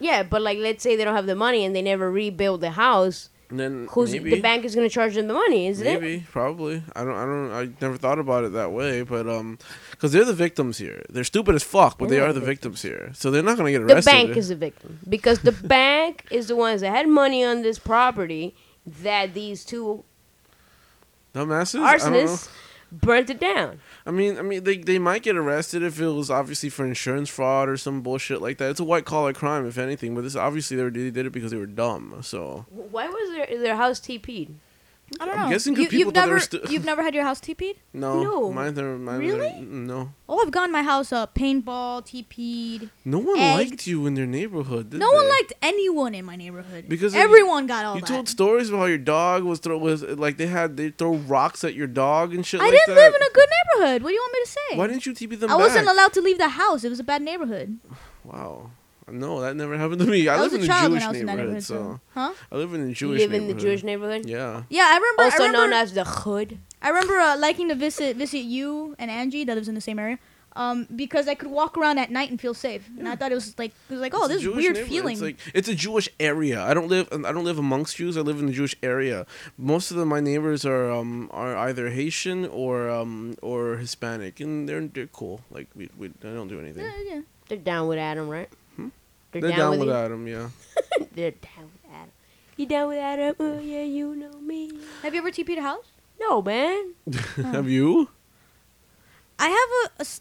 yeah, but like, let's say they don't have the money and they never rebuild the house.
And then
Who's
maybe,
the bank is going to charge them the money? Isn't it?
Maybe, probably. I don't. I don't. I never thought about it that way, but um, because they're the victims here. They're stupid as fuck, but they
They're
are
the
the victims here. So they're not going to get
The
arrested.
bank is the victim
(laughs)
because the bank is the ones that had money on this property that these two
dumbasses. I don't know.
arsonists burnt it down.
I mean, I mean, they they might get arrested if it was obviously for insurance fraud or some bullshit like that. It's a white collar crime, if anything. But this obviously they, were, they did it because they were dumb. So
W- Why was their their house TP'd? Mm-hmm.
I don't
I'm
know.
guessing 'cause
you,
people
you've
thought they were
never
stu-
you've never had your house TP'd?
no,
No.
mine never, mine
Really?
never- no,
Oh, I've gotten my house uh, paintball TP'd.
no one
Egged.
liked you in their neighborhood. Did
No one
they?
liked anyone in my neighborhood because
Because if you-
everyone got all
You
that.
told stories about how your dog was throw was like they had they throw rocks at your dog and shit.
I
like
didn't
that.
live in a good neighborhood. What do you want me to say?
Why didn't you TP them
I wasn't
back?
allowed to leave the house. It was a bad neighborhood.
wow. No, that never happened to me. I,
I,
live
was
in
a
a
child when
Jewish
I was in that
neighborhood,
neighborhood.
so
So. Huh?
I live in a
You
Jewish
live in
neighborhood.
the Jewish neighborhood,
Yeah.
Yeah, I remember.
also
I remember,
known as the hood.
I remember uh, liking to visit visit you and Angie that lives in the same area, um, because I could walk around at night and feel safe. And I thought it was like it was like oh
It's a
this is
Jewish
weird
neighborhood.
feeling.
It's like it's a Jewish area. I don't live. I don't live amongst Jews. I live in the Jewish area. Most of the, my neighbors are um are either Haitian or um or Hispanic, and they're they're cool. Like we, we I don't do anything.
yeah, yeah.
They're down with Adam, right? They're,
Hmm? They're down with
(laughs)
Adam. Yeah.
you? (laughs) They're down with Adam. You down with Adam? Oh yeah, you know me.
Have you ever TP'd a house?
No man.
Have you?
I have a, a s-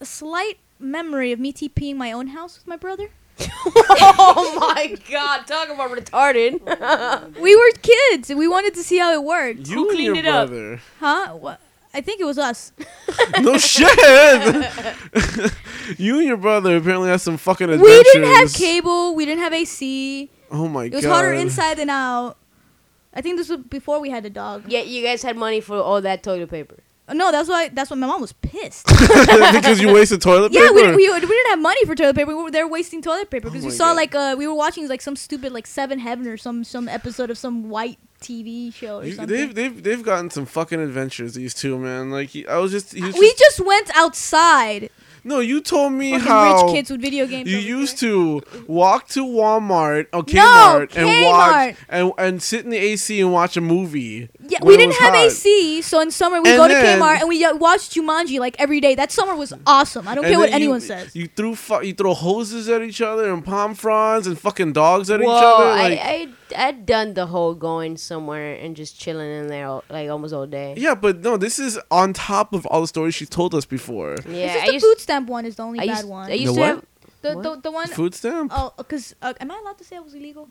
a slight memory of me TPing my own house with my brother.
oh my god, talk about retarded.
We were kids and we wanted to see how it worked.
You and
cleaned
your
it up?
brother.
Huh? What? I think it was us. (laughs)
no shit. (laughs) you and your brother apparently had some fucking adventures.
We didn't have cable. We didn't have AC.
Oh my god.
It was hotter inside than out. I think this was before we had a dog.
(laughs) Yeah, you guys had money for all that toilet paper.
No, that's why. That's why my mom was
(laughs)
pissed.
(laughs) because you wasted toilet
(laughs) yeah,
paper.
we, we, we didn't have money for toilet paper. We were, they were wasting toilet paper because
Oh
we
my
saw
God.
like uh, we were watching like some stupid like Seven Heaven or some some episode of some white TV show or
You-
something.
they've they've they've gotten some fucking adventures. These two man, like he- I was just, he was
Uh, we just
just-
went outside.
no. You told me
Fucking
how
rich kids with video games.
you
over
used
there.
to walk to Walmart or Kmart, and
Kmart.
watch and and sit in the AC and watch a movie.
Yeah,
when
we
it
didn't
was
have
hot.
AC, so in summer we
And
go
then-
to Kmart and we uh, watch Jumanji like every day. That summer was awesome. I don't
And
care what
then you-
anyone says.
You threw fu- you throw hoses at each other and palm fronds and fucking dogs at
Whoa,
each other. Like,
I, I I'd done the whole going somewhere and just chilling in there all, like almost all day.
yeah, but no, this is on top of all the stories she told us before.
It's
Yeah,
just
I
the
used,
food stamp one is the only
I
bad
used,
one.
I used
The
to
what?
have.
the,
what?
the the one
Food stamp.
oh because uh, am I allowed to say I was illegal?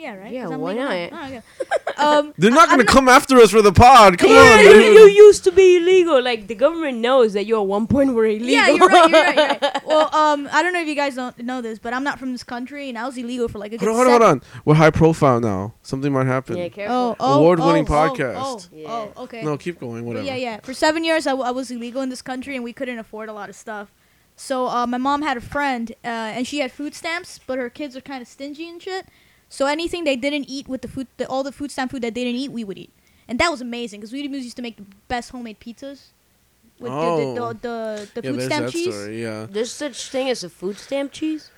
Yeah, right.
Yeah,
'Cause I'm
why
legal
not?
now. Oh, okay. (laughs) um,
They're not
I- I'm
gonna come after us for the pod. Come on,
(laughs)
Yeah, you,
dude.
you used to be illegal. Like the government knows that you at one point were illegal.
Yeah, you're right, you're right, you're right.
(laughs)
Well, um, I don't know if you guys don't know this, but I'm not from this country, and I was illegal for like a good
Hold on, hold on,
seven-
hold on. We're high profile now. Something might happen.
(laughs) Yeah, careful.
Oh, oh,
Award-winning
oh,
podcast.
Oh, oh,
Yeah.
oh, okay.
No, keep going.
But
Whatever.
yeah, yeah. For seven years, I, w- I was illegal in this country, and we couldn't afford a lot of stuff. So uh, my mom had a friend, uh, and she had food stamps, but her kids are kind of stingy and shit. So anything they didn't eat with the food, the, all the food stamp food that they didn't eat, we would eat, and that was amazing because we used to make the best homemade pizzas with
Oh.
the, the, the, the, the
Yeah,
food
there's
stamp
that
cheese.
story. Yeah.
uh, There's such thing as a food stamp cheese.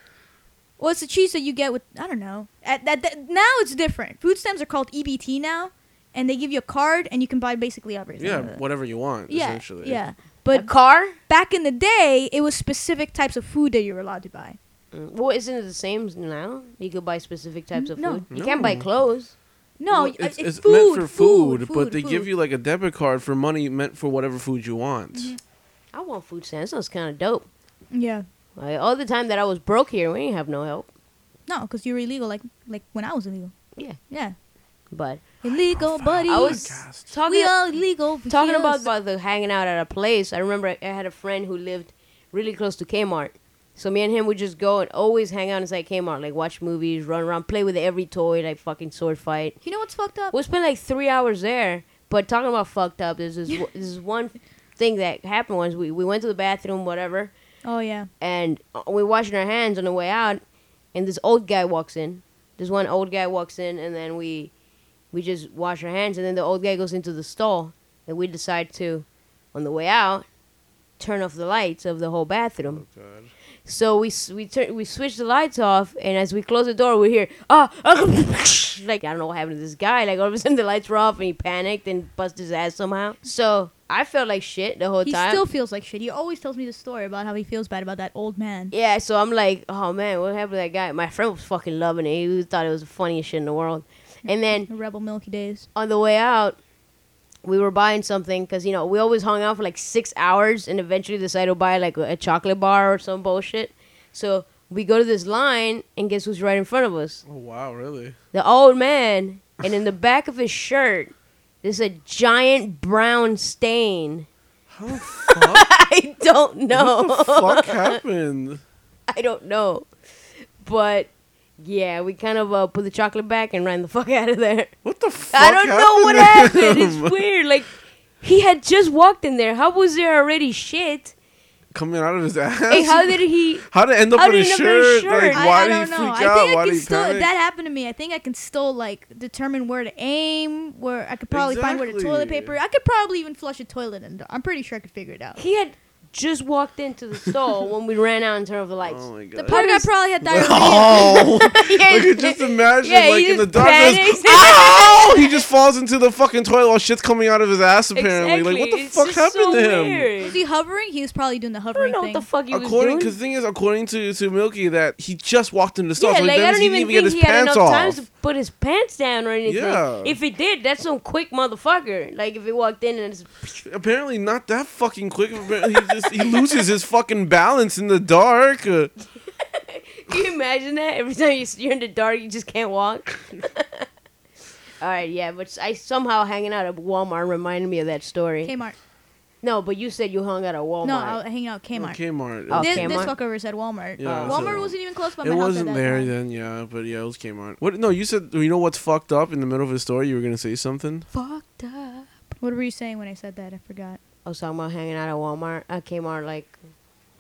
Well, it's the cheese that you get with I don't know. At, that that- now it's different. Food stamps are called EBT now, and they give you a card, and you can buy basically everything.
Yeah,
with it.
whatever you want.
uh, yeah,
essentially.
yeah.
A
But
car?
back in the day, it was specific types of food that you were allowed to buy.
Mm, Well, isn't it the same now? You could buy specific types of
No.
food. You can't buy
No.
clothes.
No,
Well,
y- uh, it's,
it's
food,
meant for food, but
food,
they
food.
give you like a debit card for money meant for whatever food you want.
Mm-hmm.
I want food stamps. That sounds kind of dope.
yeah.
Like, all the time that I was broke here, we didn't have no help.
No, because you were illegal, like like when I was illegal.
Yeah.
yeah,
But
illegal, buddy.
I was talking.
we all illegal. but
talking
yes.
about, about the hanging out at a place, I remember I, I had a friend who lived really close to Kmart. So me and him would just go and always hang out inside Kmart, like watch movies, run around, play with every toy, like fucking sword fight.
You know what's fucked up?
We spent like three hours there. But talking about fucked up, there's this, (laughs) w- this is one thing that happened once. We, we went to the bathroom, whatever,
Oh yeah.
and uh, we're washing our hands on the way out, and this old guy walks in. This one old guy walks in, and then we we just wash our hands, and then the old guy goes into the stall, and we decide to, on the way out, turn off the lights of the whole bathroom. So we s- we turn we switch the lights off, and as we close the door, we hear ah, ah," (laughs) like I don't know what happened to this guy. Like all of a sudden the lights were off, and he panicked and busted his ass somehow. So I felt like shit the whole
He
time.
still feels like shit. He always tells me the story about how he feels bad about that old man.
Yeah, so I'm like, oh man, what happened to that guy? My friend was fucking loving it. He thought it was the funniest shit in the world.
(laughs)
And then
The Rebel Milky Days.
on the way out, we were buying something because you know we always hung out for like six hours and eventually decided to buy like a chocolate bar or some bullshit. So we go to this line and guess who's right in front of us?
Oh
(laughs)
wow, really?
The old man. And in the back of his shirt, there's a giant brown stain.
How the fuck,
(laughs) I don't know.
what the fuck happened?
(laughs) I don't know. But yeah, we kind of uh, put the chocolate back and ran the (laughs) fuck out of there.
What the fuck?
I don't know what
happened to
happened.
him? (laughs)
It's weird. Like he had just walked in there. How was there already shit?
Coming out of his ass.
And how did he?
How did it end up
How
in
did
his
it end up in his
shirt?
shirt?
Like,
I,
why
I
did he
don't
freak
know. I
out?
think
Why
I
did
can
he
still. If
panic?
that happened to me, I think I can still like determine where to aim. Where I could probably find where the toilet
Exactly.
paper. I could probably even flush a toilet, and I'm pretty sure I could figure it out.
He had just walked into the
(laughs)
stall when we ran out and turned off the lights.
Oh my
The
god.
poor guy probably had diarrhea.
Oh,
(laughs) Yeah,
I could just imagine
yeah,
like
he
in the
just
darkness.
panics.
(laughs) Ow! He
(laughs)
just falls into the fucking toilet while shit's coming out of his ass. Apparently, like what the
It's
fuck
just
happened
so
to him?
weird.
Was he hovering? He was probably doing the
I don't
hovering
know
thing.
what the fuck he
According,
was
because
doing.
the thing is, according to, to Milky, that he just walked into the store,
yeah,
so
like
he
I don't
doesn't
even
even get
think
his
he had
pants
enough time
off.
to put his pants down or anything.
Yeah.
If he did, that's some quick motherfucker. Like if he walked in and it's
Apparently, not that fucking quick. Apparently, he just he loses his fucking balance in the dark. Uh,
Can you imagine that? Every time you- you're in the dark, you just
(laughs)
can't walk. All right, yeah, but I somehow hanging out at Walmart reminded me of that story.
Kmart.
No, but you said you hung out at Walmart.
No, I was hanging out at Kmart.
Kmart.
Oh,
This, this
Kmart?
fucker's at Walmart.
Yeah,
it's
Walmart
at
wasn't even close by my
It
house. at
wasn't
that
there
time.
then, yeah, but yeah, it was Kmart. What? No, you said you know what's fucked up in the middle of the story. You were gonna say something. (laughs)
Fucked up.
What were you saying when I said that? I forgot.
I was talking about hanging out at Walmart. I came out like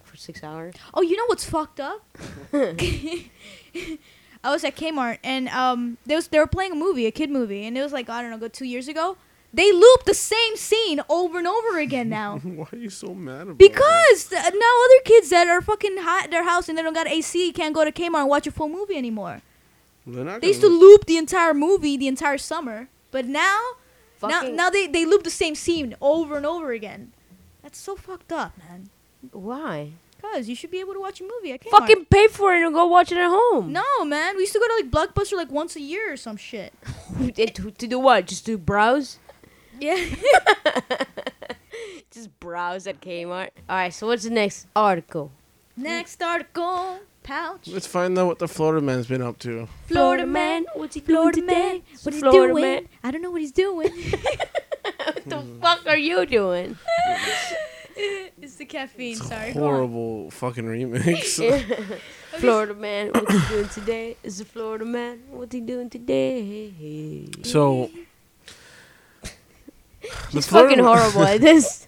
for
(laughs)
six hours. (laughs)
Oh, you know what's fucked up? I was at Kmart and um, there was they were playing a movie, a kid movie, and it was like I don't know, go two years ago. They looped the same scene over and over again now.
(laughs) Why are you so mad about?
Because th- now other kids that are fucking hot at their house and they don't got AC can't go to Kmart and watch a full movie anymore.
They're not
They used to loop the entire movie the entire summer, but now, now,
Fucking-
now they, they loop the same scene over and over again. That's so fucked up, man.
Why?
Cause you should be able to watch a movie at Kmart.
Fucking pay for it and go watch it at home.
No, man. We used to go to like Blockbuster like once a year or some shit.
It- eh, to, to do what? Just to browse?
(laughs)
(laughs)
Yeah.
Just browse at Kmart. All right. So what's the next article?
(laughs) Next article, pouch.
Let's find out what the Florida man's been up to.
Florida man,
What's he
Florida man, what
What's
he's
Florida
doing?
man?
I don't know what he's doing.
What the fuck are you doing?
(laughs) it's the caffeine.
It's a
sorry.
horrible
(laughs)
fucking remix.
(laughs) Florida man, what's he doing today? Is the Florida man? What's he doing today?
(laughs)
(laughs)
so. the
He's fucking
Florida-
horrible at this.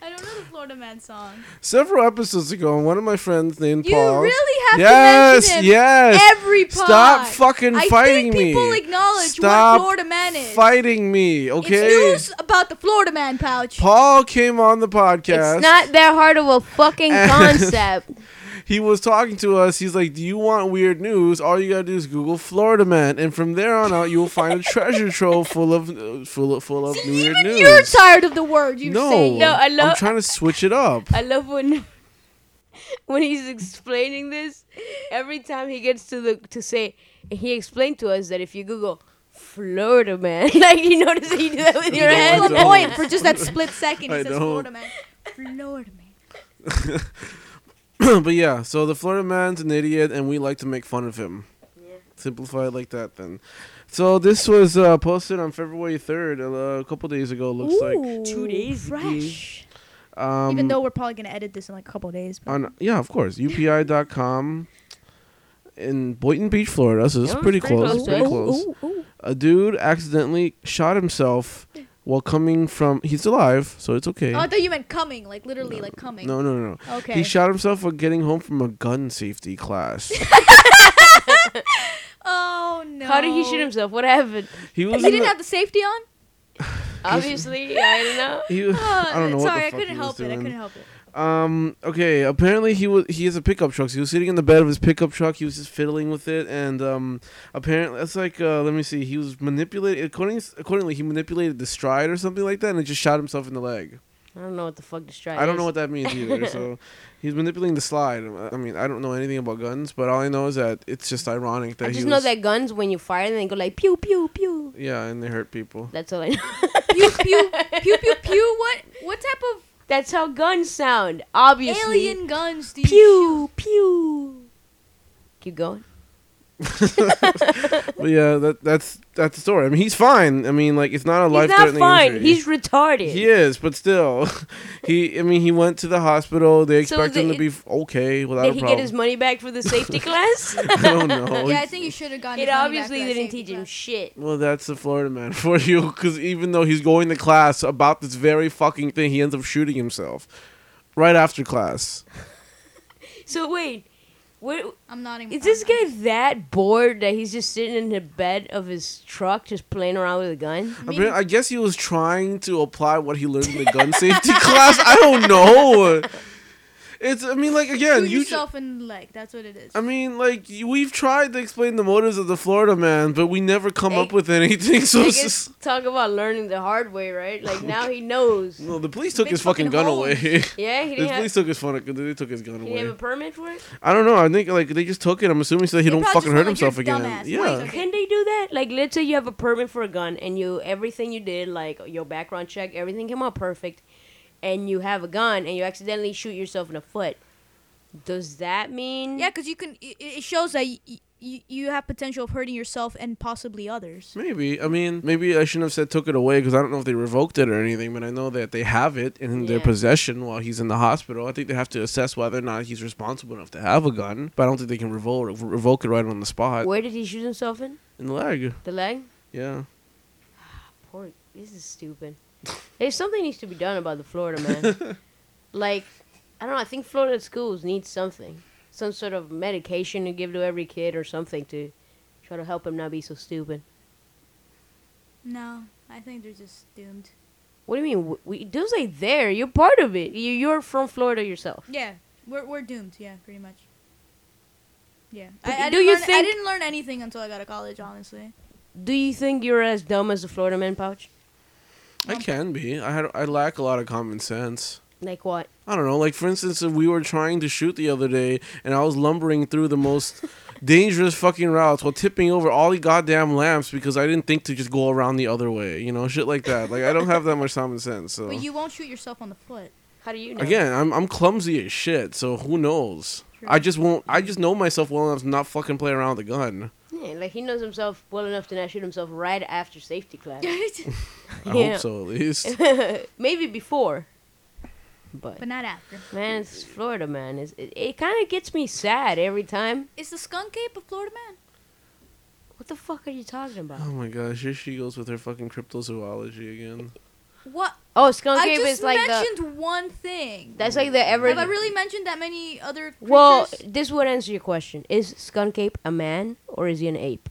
I don't know the Florida man song.
(laughs) Several episodes ago, one of my friends named
You
Paul.
really have
yes,
to mention him
yes.
every pod.
Stop fucking
I
fighting
think people
me.
acknowledge
Stop
what Florida man is.
Fighting me, okay?
It's news about the Florida man pouch.
Paul came on the podcast.
It's not that hard of
(laughs)
a fucking concept.
he was talking to us. He's like, "Do you want weird news? All you gotta do is Google Florida man, and from there on out, you will find a treasure trove full of uh, full of full of weird
Even
news."
you're tired of the word you're
no,
saying.
No, I
I'm
love-
trying to switch it up. (clears throat)
I love when (laughs) when he's explaining this. Every time he gets to the to say, he explained to us that if you Google Florida man, (laughs) like you notice that you do that with your
No, I
head.
That's the
don't.
point for just that split second.
(laughs) I
He says
don't.
Florida man. Florida man.
but yeah, so the Florida man's an idiot, and we like to make fun of him. Simplify it like that, then. So this was uh, posted on February third, uh, a couple days ago. Looks like.
two days ago.
fresh.
Um,
Even though we're probably gonna edit this in like a couple of days. But.
on yeah, of course, upi.com in Boynton Beach, Florida. So this is
Yeah,
pretty,
it's pretty
close.
close to
pretty
us.
close. A dude accidentally shot himself while coming from. He's alive, so it's okay.
Oh, I thought you meant coming, like literally, like coming.
no, no, no, no.
Okay.
He shot himself while getting home from a gun safety
(laughs)
class.
oh no!
How did he shoot himself? What happened?
he was.
He
in
didn't
the-
have the safety on. Uh,
Obviously, I don't know.
(laughs) he was- I don't know.
Sorry,
what the
I
fuck
couldn't
he was
help it. I
doing.
couldn't help it.
Um. Okay. Apparently, he was he has a pickup truck. So he was sitting in the bed of his pickup truck. He was just fiddling with it, and um. Apparently, it's like uh. Let me see. He was manipulated. According accordingly, he manipulated the stride or something like that, and it just shot himself in the leg.
I don't know what the fuck this try
I don't know what that means either.
(laughs)
so, he's manipulating the slide. I mean, I don't know anything about guns, but all I know is that it's just ironic that
I
he
just
was,
know that guns when you fire them they go like pew pew pew.
Yeah, and they hurt
(laughs)
people. (laughs)
That's all I know.
Pew pew pew pew pew. What what type of
That's how guns sound. Obviously.
alien guns do you?
Pew pew. Keep
(laughs)
going.
But yeah, that that's that's the story. I mean, he's fine. I mean, like it's not a life
He's not
threatening
fine.
injury.
He's retarded.
He is, but still, (laughs) he. I mean, he went to the hospital. They
So
expect him
the-
to be f- okay without
Did
a
he
problem. (laughs)
get his money back for the safety class?
I don't
(laughs)
know.
Yeah, I think you should have gone.
it obviously didn't teach him shit.
well, that's the Florida man (laughs) for you, because even though he's going to class about this very fucking thing, he ends up shooting himself right after class.
So wait, what,
I'm not. even-
is this
I'm not-
guy that bored that he's just sitting in the bed of his truck just playing around with a gun?
I, mean, I guess he was trying to apply what he learned in the gun safety (laughs) class. I don't know. It's. I mean, like again,
Shoot
you. ju-
yourself in the leg. That's what it is.
I mean, like y- we've tried to explain the motives of the Florida man, but we never come
Hey,
up with anything. (laughs) So
I
it's
guess
just,
talk about learning the hard way, right? Like now he knows.
no, the police took
bitch
his fucking
fucking
gun
hoes.
away. (laughs) the
Yeah, he didn't
police
have,
took his phone. They took his gun
he didn't have
away.
a permit for it.
I don't know. I think like they just took it. I'm assuming so that he
They
don't
probably
fucking
just
hurt
went like,
himself
"You're
again.
dumbass.
Yeah.
Why you
Can they do that? Like, let's say you have a permit for a gun, and you everything you did, like your background check, everything came out perfect, and you have a gun, and you accidentally shoot yourself in the foot. Does that mean?
Yeah, because you can. It, it shows that y- y- you, you have potential of hurting yourself and possibly others.
Maybe. I mean, maybe I shouldn't have said took it away because I don't know if they revoked it or anything, but I know that they have it in their
Yeah.
possession while he's in the hospital. I think they have to assess whether or not he's responsible enough to have a gun, but I don't think they can revoke revoke it right on the spot.
Where did he shoot himself in?
In the leg.
The leg?
Yeah.
Poor. This is stupid. (laughs) There's something needs to be done about the Florida
(laughs)
man. like, I don't know. I think Florida schools need something, some sort of medication to give to every kid or something to try to help him not be so stupid.
No, I think they're just doomed.
What do you mean? W- We, those ain't there. You're part of it. You, you're from Florida yourself.
Yeah, we're we're doomed. Yeah, pretty much. Yeah.
But
I, I
do
didn't
you
learn, I
think-
didn't learn anything until I got to college, honestly.
Do you think you're as dumb as the Florida man, Pouch?
I can be. I had I lack a lot of common sense.
Like what?
I don't know. Like for instance, if we were trying to shoot the other day, and I was lumbering through
(laughs)
the most dangerous fucking routes while tipping over all the goddamn lamps because I didn't think to just go around the other way. You know, shit like that. Like I don't have that much common sense. So
But you won't shoot yourself on the (laughs) foot.
How do you know?
again, I'm I'm clumsy as shit. So who knows?
True.
I just won't. I just know myself well enough to not fucking play around with a gun.
Yeah, like he knows himself well enough to not shoot himself right after safety class.
(laughs) I
Yeah.
hope so at
(laughs)
least.
Maybe before.
(laughs)
But,
but not after.
man, it's Florida, man. It's, it it kind of gets me sad every time.
Is the skunk ape a Florida man?
What the fuck are you talking
Oh
about?
my gosh, here she goes with her fucking cryptozoology again.
What?
Oh, skunk
I
ape
just
is like the.
mentioned one thing.
That's like the ever.
Have I really mentioned that many other creatures?
well, this would answer your question. Is skunk ape a man or is he an ape?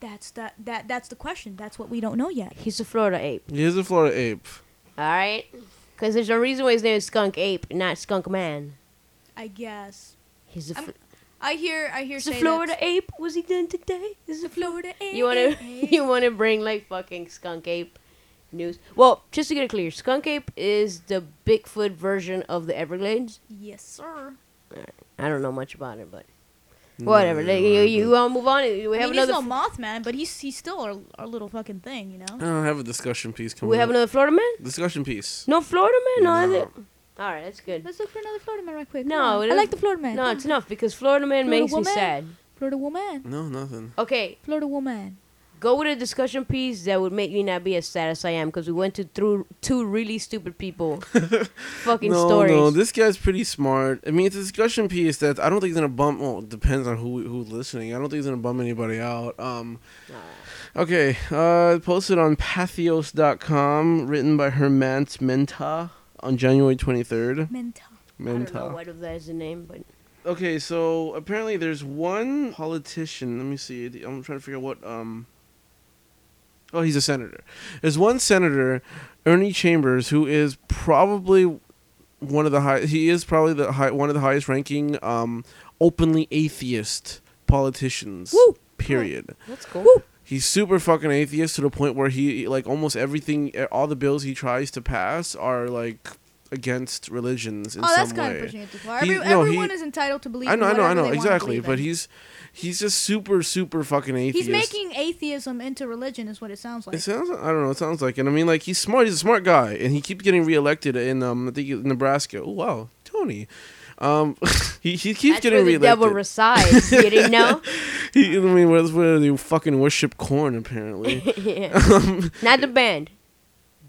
that's that that that's the question. That's what we don't know yet.
He's a Florida ape.
Here's a Florida ape.
All right. Because there's a reason why his name is skunk ape, not skunk man.
I guess.
He's a,
I'm-
fl-
I hear I hear
he's a
say
Florida
that.
ape. Was he done today? Is a
Florida ape.
(laughs) You want to you want to bring like fucking skunk ape news? Well, just to get it clear, skunk ape is the Bigfoot version of the Everglades.
Yes, sir.
I don't know much about it, but whatever. Like, you you all move on. We have
I mean, he's
another
no Mothman, but he's he's still our, our little fucking thing, you know.
I don't have a discussion piece coming.
we have
up.
another Florida man.
discussion piece.
No Florida man. No. I
No.
think- All right, that's good.
Let's look for another Florida man right quick.
No,
Come on.
it
I
is-
like the Florida man.
No,
Come
it's
on.
enough because Florida man
Florida
makes
woman.
me sad.
Florida woman.
No, nothing.
Okay,
Florida woman.
go with a discussion piece that would make me not be as sad as I am because we went to through two really stupid
(laughs)
people fucking
no,
stories.
no, this guy's pretty smart. I mean, it's a discussion piece that I don't think is gonna bump. Well, it depends on who who's listening. I don't think it's gonna bum anybody out. Um, okay, uh, posted on Pathos.com, written by Hermant Menta on January twenty third.
Mental.
I don't know
Menta.
what of that is the name, but
Okay, so apparently there's one politician. Let me see. I'm trying to figure out what. Um. Oh, he's a senator. There's one senator, Ernie Chambers, who is probably one of the high. He is probably the high, one of the highest ranking um, openly atheist politicians.
Woo!
Period.
that's cool.
He's super fucking atheist to the point where he like almost everything, eh, all the bills he tries to pass are like against religions in
oh, that's
some
kind of
way.
pushing it too far.
He-
Every,
no, he-
everyone is entitled to believe.
I know, I
in
know, I
whatever
know,
they wanna
exactly.
believe
But
in.
he's he's just super, super fucking
he's
atheist.
making atheism into religion, is what it sounds like.
It sounds. I don't know. It sounds like, and I mean, like he's smart. He's a smart guy, and he keeps getting reelected in um, I think it- Nebraska. Oh wow, Tony. Um, (laughs) he he keeps
That's
getting
where the devil
reelected.
resides. You
(laughs)
didn't know? (laughs)
he, I mean, where's where they fucking worship corn?
(laughs)
Apparently, (laughs) Um,
Yeah. Not the band,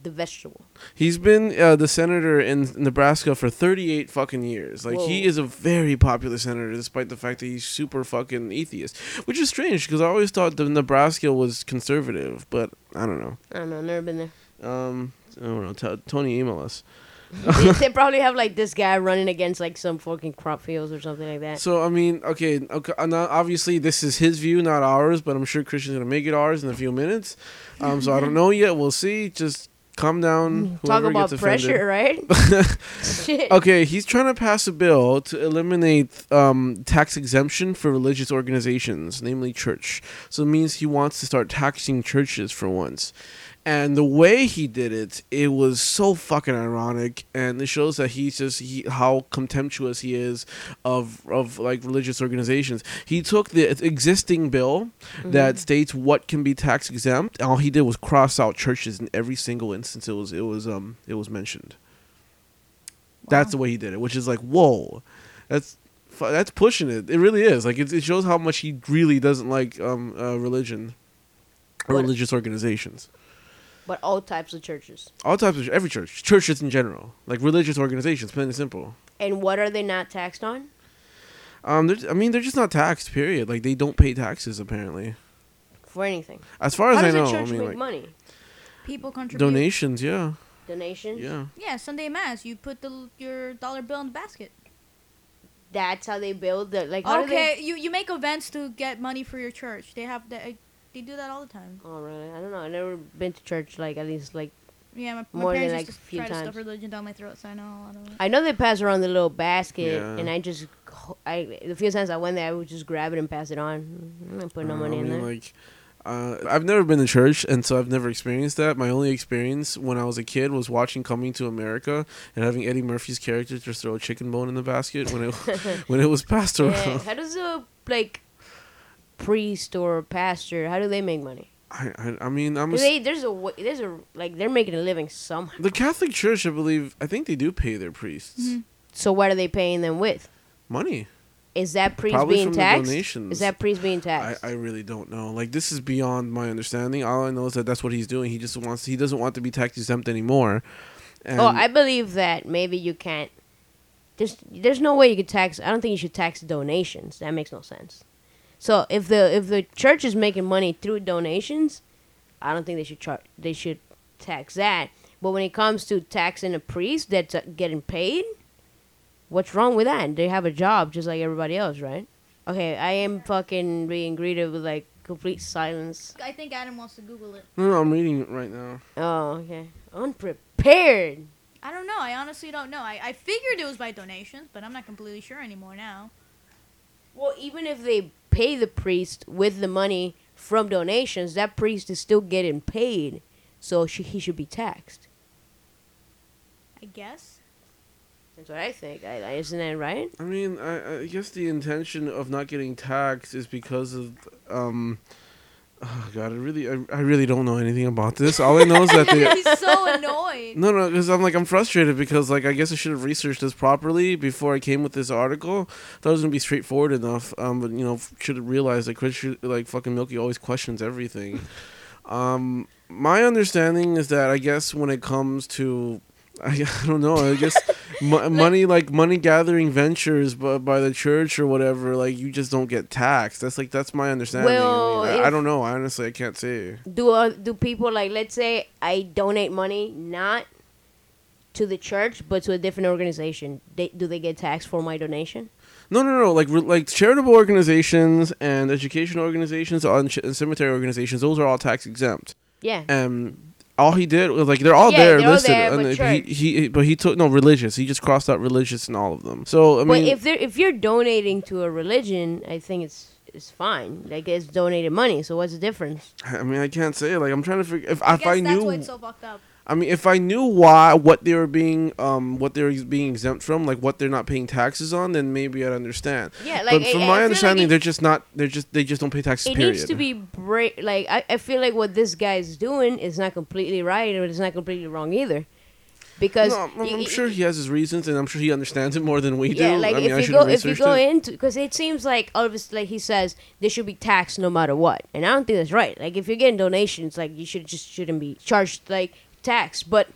the vegetable.
he's been uh, the senator in Nebraska for thirty-eight fucking years. Like he
Whoa.
is a very popular senator, despite the fact that he's super fucking atheist, which is strange because I always thought that Nebraska was conservative, but I don't know.
I don't know. Never been there.
Um, I don't know. T- Tony, email us. (laughs)
They- they probably have like this guy running against like some fucking crop fields or something like that.
So I mean, okay, okay. uh, Now, obviously, this is his view, not ours. But I'm sure Christian's gonna make it ours in a few minutes. Um, so I
(laughs)
don't know yet. We'll see. Just calm down.
Mm, Talk
whoever
about
gets
pressure,
offended.
right?
(laughs)
(laughs) Shit.
Okay, he's trying to pass a bill to eliminate um, tax exemption for religious organizations, namely church. So it means he wants to start taxing churches for once. And the way he did it, it was so fucking ironic, and it shows that he's just he, how contemptuous he is of of like religious organizations. He took the existing bill that states what can be tax exempt. and All he did was cross out churches in every single instance it was it was um it was mentioned. That's the way he did it, which is like, whoa, that's fu- that's pushing it. It really is. Like it, it shows how much he really doesn't like um uh, religion, or
What-
religious organizations.
But all types of churches.
All types of every church, churches in general, like religious organizations, plain and simple.
And what are they not taxed on?
Um, they're, I mean, they're just not taxed. Period. Like they don't pay taxes apparently.
For anything.
As far as
How
I
does
know,
a
I
church
mean,
make
like
money?
People contribute.
donations. Yeah,
Donations?
yeah.
Yeah, Sunday mass. You put the your dollar bill in the basket.
That's how they build the like how do
Okay,
they
you you make events to get money for your church. They have that. They do that all the time.
Oh really? I don't know. I've never been to church like at least like
Yeah, my, my
More than,
parents
like,
used to
few
try to
times.
stuff religion down my throat, so I know a lot of it.
I know they pass around the little basket,
Yeah.
and I just, ho- I the few times I went there, I would just grab it and pass it on. I'm not putting no
Uh,
money
I
in
mean,
there.
Like, uh, I've never been to church, and so I've never experienced that. My only experience when I was a kid was watching Coming to America and having Eddie Murphy's character just throw a chicken bone in the basket
(laughs)
when it when it was passed around. (laughs)
yeah. How does a like priest or pastor? How do they make money?
I, I, I mean, I'm
Do
a s
they there's a wa- there's a like they're making a living somehow.
the Catholic Church. I believe I think they do pay their priests
Mhm.
So what are they paying them with?
money.
Is that priest
Probably
being
from the
taxed?
donations.
Is that priest being
I,
taxed?
I really don't know. Like this is beyond my understanding. All I know is that that's what he's doing. He just wants he doesn't want to be tax exempt anymore. And
oh, I believe that maybe you can't. There's there's no way you could tax. I don't think you should tax donations. That makes no sense. So if the if the church is making money through donations, I don't think they should char- they should tax that. But when it comes to taxing a priest that's uh, getting paid, what's wrong with that? They have a job just like everybody else, right? Okay, I am fucking being greeted with like complete silence.
I think Adam wants to Google it.
no, no, I'm reading it right now.
Oh, okay, unprepared.
I don't know. I honestly don't know. I, I figured it was by donations, but I'm not completely sure anymore now.
Well, even if they pay the priest with the money from donations, that priest is still getting paid, so she, he should be taxed.
I guess. (laughs)
That's what I think. I, I- isn't that right?
I mean, I, I guess the intention of not getting taxed is because of, um, oh God, I really, I, I really don't know anything about this. All I know is
(laughs)
that they.
He's so annoyed.
No, no, because I'm like I'm frustrated because like I guess I should have researched this properly before I came with this article. Thought it was gonna be straightforward enough, um, but you know should have realized like Chris, like fucking Milky always questions
(laughs)
everything. um, my understanding is that I guess when it comes to (laughs) I, I don't know. I
(laughs)
guess mo- money, like money gathering ventures, by, by the church or whatever, like you just don't get taxed. That's like that's my understanding.
Well,
I, mean, I, I
if-
don't know. Honestly, I can't say.
Do uh, do people like let's say I donate money not to the church but to a different organization? They, do they get taxed for my donation?
No, no, no. Like, re- like charitable organizations and education organizations and, ch- and cemetery organizations. Those are all tax exempt.
Yeah.
Um, all he did was like they're all
Yeah,
there
they're all
listed,
there,
and
but
if he,
church.
he, he- but he took no religious. He just crossed out religious in all of them. So I mean,
but if they're if you're donating to a religion, I think it's it's fine. Like it's donated money, so what's the difference?
(sighs) I mean, I can't say. Like, I'm trying to figure if
I
if
guess
(laughs) I
that's
knew
why it's so fucked up.
I mean, if I knew why what they were being um what they're being exempt from, like what they're not paying taxes on, then maybe I'd understand.
Yeah,
but
like, I-
from
I feel
my
like
understanding,
it-
they're just not. They're just they just don't pay taxes.
it
period.
needs to be break. Like I, I feel like what this guy's doing is not completely right, or it's not completely wrong either, because
No, I'm,
y-
I'm
y-
sure he has his reasons, and I'm sure he understands it more than we do.
Yeah, like
I mean, I
if
should
you go
have
if you
researched
go
it.
into because it seems like all of us like he says they should be taxed no matter what, and I don't think that's right. Like if you're getting donations, like you should just shouldn't be charged like tax. But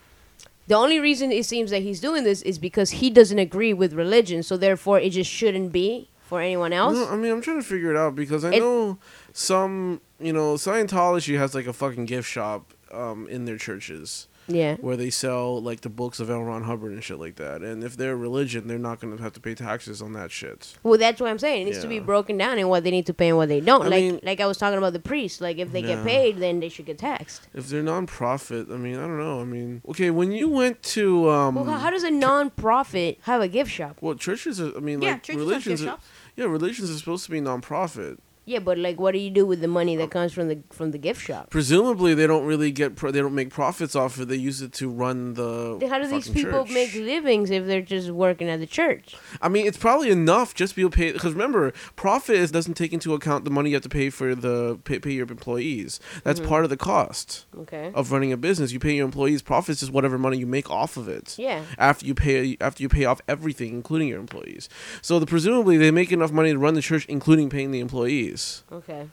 the only reason it seems that he's doing this is because he doesn't agree with religion, so therefore it just shouldn't be for anyone else.
No, I mean, I'm trying to figure it out because I
It-
know some, you know, Scientology has like a fucking gift shop um, in their churches
yeah,
where they sell like the books of L. Ron Hubbard and shit like that. And if they're a religion, they're not going to have to pay taxes on that shit.
Well, that's what I'm saying. It needs to be
Yeah.
broken down and what they need to pay and what they don't.
I
like,
mean-
like I was talking about the priests. Like, if they
Yeah.
get paid, then they should get taxed.
If they're non-profit, I mean, I don't know. I mean, okay, when you went to um,
Well, how- how does a non-profit have a gift shop?
well, churches. Are, I mean,
Yeah,
like
churches have
religions.
gift
are-
shops.
yeah, religions are supposed to be non-profit.
Yeah, but like, what do you do with the money
Oh.
that comes from the from the gift shop?
Presumably, they don't really get pro- they don't make profits off it. They use it to run the.
How do these
fucking
people
church.
make livings if they're just working at the church?
I mean, it's probably enough just to be able to pay. Because remember, profit is, doesn't take into account the money you have to pay for the pay, pay your employees. That's part of the cost
Mm-hmm. Okay.
of running a business. You pay your employees profits is whatever money you make off of it.
Yeah.
After you pay after you pay off everything, including your employees. So the presumably they make enough money to run the church, including paying the employees.
Okay.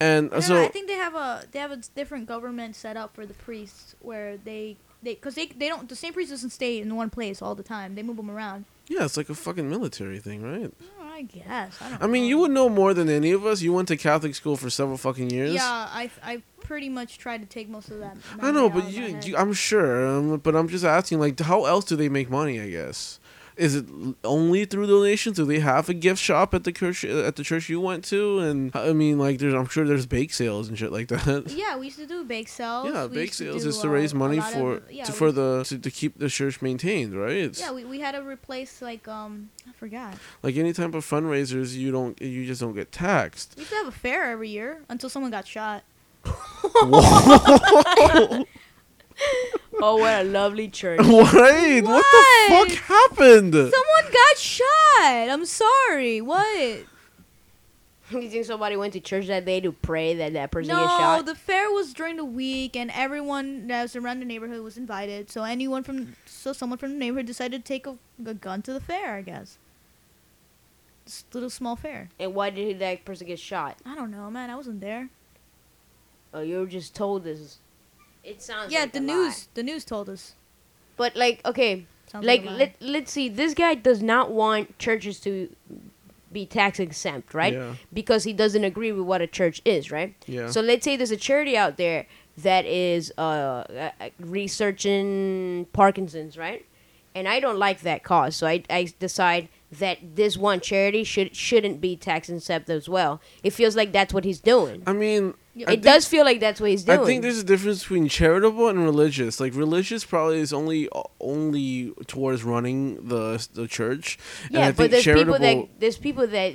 And
I, don't know,
uh, so
I think they have a they have a different government set up for the priests where they they because they they don't the same priest doesn't stay in one place all the time. They move them around.
yeah, it's like a fucking military thing, right?
Oh, I guess I don't.
I mean,
know.
you would know more than any of us. You went to Catholic school for several fucking years.
Yeah, I I pretty much tried to take most of that.
I know, but you, you I'm sure, um, but I'm just asking, like, how else do they make money? I guess is it l- only through donations? Do they have a gift shop at the church uh, at the church you went to? And I mean, like, there's I'm sure there's bake sales and shit like (laughs) that.
Yeah, we used to do bake sales.
Yeah,
we
bake
used to
sales
do,
is to
uh,
raise
a
money
lot of-
for
yeah,
to,
we
for
used-
the to, to keep the church maintained, right? It's
Yeah, we, we had to replace like um I forgot.
like any type of fundraisers, you don't you just don't get taxed.
(laughs)
(laughs)
We used to have a fair every year until someone got shot.
Oh, what a lovely
(laughs)
church.
Wait, what? the
What?
fuck happened?
Someone got shot. I'm sorry. What?
you think somebody went to church that day to pray that that person
No,
gets shot?
the fair was during the week, and everyone that was around the neighborhood was invited. So anyone from, so someone from the neighborhood decided to take a, a gun to the fair, I guess. This little small fair.
and why did that person get shot?
I don't know, man. I wasn't there.
Oh, you were just told this. It sounds
yeah,
like
the
a lie.
news. The news told us.
But like, okay,
Sounds
like
a lie.
let, let's see this guy does not want churches to be tax exempt right
Yeah.
because he doesn't agree with what a church is right
Yeah.
so let's say there's a charity out there that is uh, uh uh, researching parkinson's right and i don't like that cause so i, I decide that this one charity should shouldn't be tax exempt as well it feels like that's what he's doing
I mean,
Yeah.
it
I think-
does feel like that's what he's doing
I think there's a difference between charitable and religious. Like religious probably is only only towards running the the church. And
yeah
I
but
think
there's
charitable.
people that there's people that